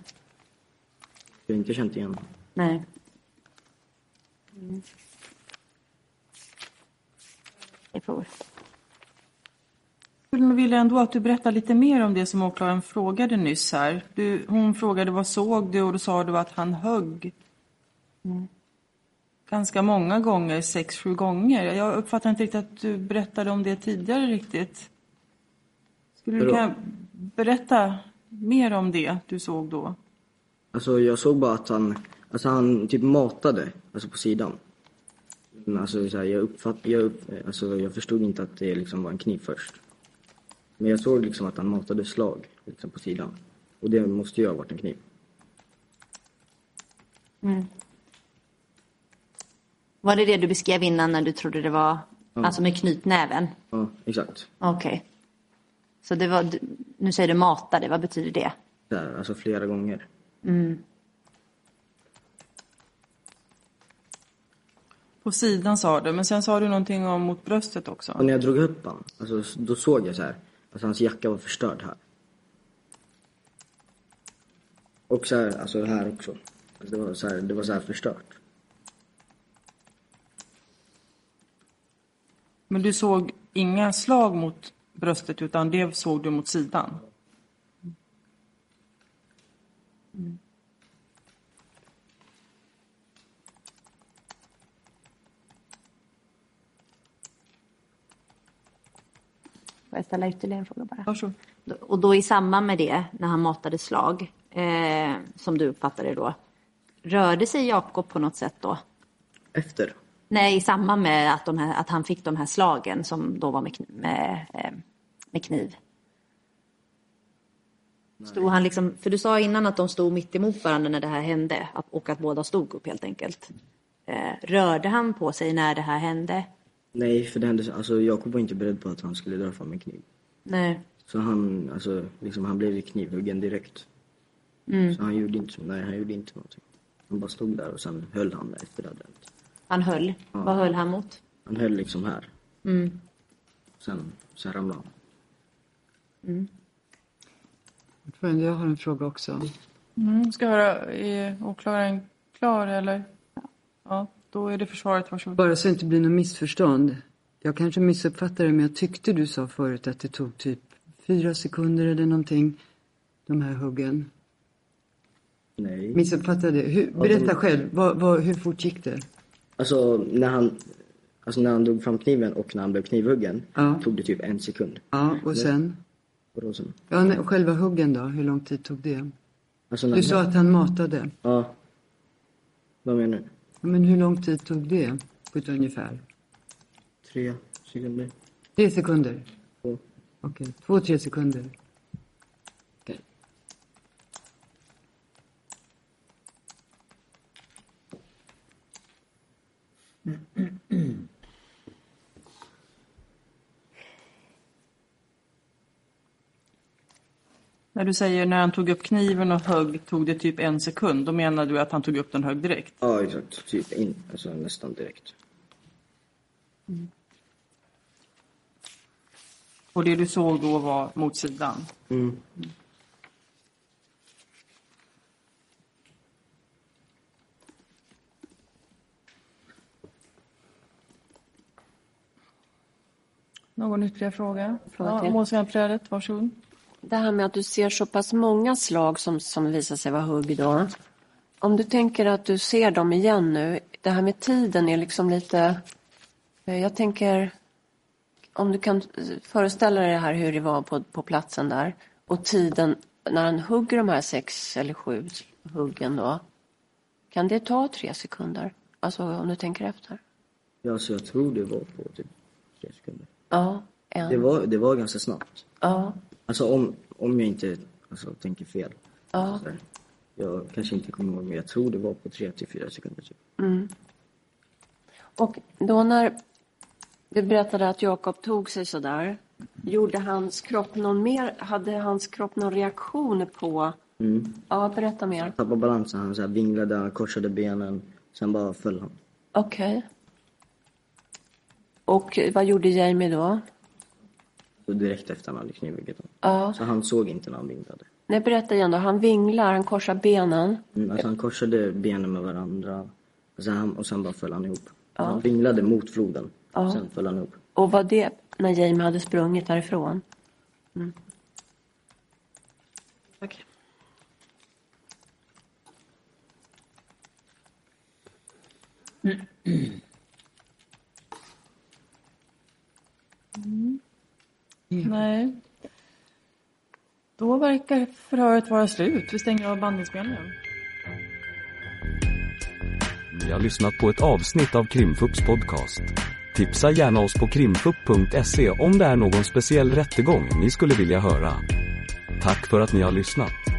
Speaker 3: Jag har inte känt igen honom.
Speaker 4: Nej. Mm. Det är frågor.
Speaker 2: Jag skulle vilja ändå att du berättar lite mer om det som åklagaren frågade nyss här. Du, hon frågade vad såg du och då sa du att han högg. ganska många gånger, sex, sju gånger. Jag uppfattar inte riktigt att du berättade om det tidigare riktigt. Skulle du
Speaker 3: Vadå?
Speaker 2: kunna berätta mer om det du såg då?
Speaker 3: Alltså jag såg bara att han, alltså han typ matade, alltså på sidan. Men alltså så här, jag uppfatt, jag, upp, alltså jag förstod inte att det liksom var en kniv först. Men jag såg liksom att han matade slag, liksom på sidan. Och det måste ju ha varit en kniv.
Speaker 4: Var det det du beskrev innan när du trodde det var, alltså med knytnäven?
Speaker 3: Ja, exakt.
Speaker 4: Okej. Så det var, du- nu säger du matade, vad betyder det?
Speaker 3: Där, alltså flera gånger.
Speaker 2: På sidan sa du, men sen sa du någonting om mot bröstet också.
Speaker 3: Och när jag drog upp han, alltså då såg jag så här, alltså hans jacka var förstörd här. Och så här, alltså här också. Alltså, det var så här, det var så här förstört.
Speaker 2: Men du såg inga slag mot bröstet utan det såg du mot sidan?
Speaker 4: Får jag ställa ytterligare en fråga bara?
Speaker 2: Varsågod.
Speaker 4: Och då i samband med det, när han matade slag, eh, som du uppfattade det då, rörde sig Jakob på något sätt då?
Speaker 3: Efter.
Speaker 4: Nej, i samband med att, de här, att han fick de här slagen som då var med, kni- med, eh, med kniv. Stod han liksom, för du sa innan att de stod mitt emot varandra när det här hände att- och att båda stod upp helt enkelt. Eh, rörde han på sig när det här hände?
Speaker 3: Nej, för det hände, alltså Jakob var inte beredd på att han skulle dra fram en kniv.
Speaker 4: Nej.
Speaker 3: Så han, alltså, liksom, han blev ju knivhuggen direkt. Så han gjorde inte, nej han gjorde inte någonting. Han bara stod där och sen höll han där efter det hade hänt.
Speaker 4: Han höll. Vad höll han mot?
Speaker 3: Han höll liksom här. Sen, sen ramlade han.
Speaker 6: Ordförande, jag har en fråga också.
Speaker 2: Mm, ska jag höra, är åklagaren klar eller? Ja, då är det försvaret, varsågod.
Speaker 6: Bara så det inte blir något missförstånd. Jag kanske missuppfattade men jag tyckte du sa förut att det tog typ fyra sekunder eller någonting, de här huggen.
Speaker 3: Nej.
Speaker 6: Missuppfattade jag? Hur, berätta själv, vad, vad, hur fort gick det?
Speaker 3: Alltså när han, alltså när han drog fram kniven och när han blev knivhuggen
Speaker 6: Ja.
Speaker 3: tog det typ en sekund.
Speaker 6: Ja, och sen?
Speaker 3: Och då sen,
Speaker 6: Ja, nej, själva huggen då, hur lång tid tog det?
Speaker 3: alltså när,
Speaker 6: Du sa att han matade.
Speaker 3: Ja. Vad menar du?
Speaker 6: Ja, Men hur lång tid tog det på ett ungefär?
Speaker 3: Tre sekunder?
Speaker 6: Tre sekunder?
Speaker 3: Två.
Speaker 6: Okej, två, tre sekunder. Okej.
Speaker 2: När du säger när han tog upp kniven och högg tog det typ en sekund, då menar du att han tog upp den högg direkt?
Speaker 3: Ja exakt, typ in, alltså nästan direkt.
Speaker 2: Och det du såg då var mot sidan?
Speaker 3: Mm.
Speaker 2: Någon ytterligare fråga?
Speaker 5: Fråga
Speaker 2: ja,
Speaker 5: till.
Speaker 2: Målsägandebiträdet, varsågod.
Speaker 5: Det här med att du ser så pass många slag som, som visar sig vara hugg då. Om du tänker att du ser dem igen nu, det här med tiden är liksom lite... eh, Jag tänker, om du kan eh, föreställa dig här hur det var på, på platsen där och tiden när han hugger de här sex eller sju huggen då. Kan det ta tre sekunder? Alltså om du tänker efter.
Speaker 3: Ja, alltså jag tror det var på typ tre sekunder.
Speaker 5: Ja, en.
Speaker 3: Det var, det var ganska snabbt.
Speaker 5: Ja,
Speaker 3: Alltså om, om jag inte alltså, tänker fel.
Speaker 5: ja.
Speaker 3: Så här. Jag kanske inte kommer ihåg men jag tror det var på tre till fyra sekunder typ.
Speaker 5: Och då när du berättade att Jakob tog sig så där, gjorde hans kropp någon mer, hade hans kropp någon reaktion på? Ja, berätta mer.
Speaker 3: Tappade balansen, han så här vinglade, han korsade benen. Sen bara föll han.
Speaker 5: Okej. Och vad gjorde Jamie då?
Speaker 3: Och direkt efter han hade knivhugget honom.
Speaker 5: Ja,
Speaker 3: Så han såg inte när han vinglade.
Speaker 5: nej berätta igen då. Han vinglar, han korsar benen.
Speaker 3: Mm, alltså han korsade benen med varandra. Och sen, han, och sen bara föll han ihop. Han vinglade mot floden. Sen föll han ihop.
Speaker 5: Och var det när Jamie hade sprungit därifrån? Mm. Okej.
Speaker 2: Nej. Då verkar förhöret vara slut. Vi stänger av bandinspelningen.
Speaker 1: Ni har lyssnat på ett avsnitt av Krimfupps podcast. Tipsa gärna oss på krimfupp.se om det är någon speciell rättegång ni skulle vilja höra. Tack för att ni har lyssnat.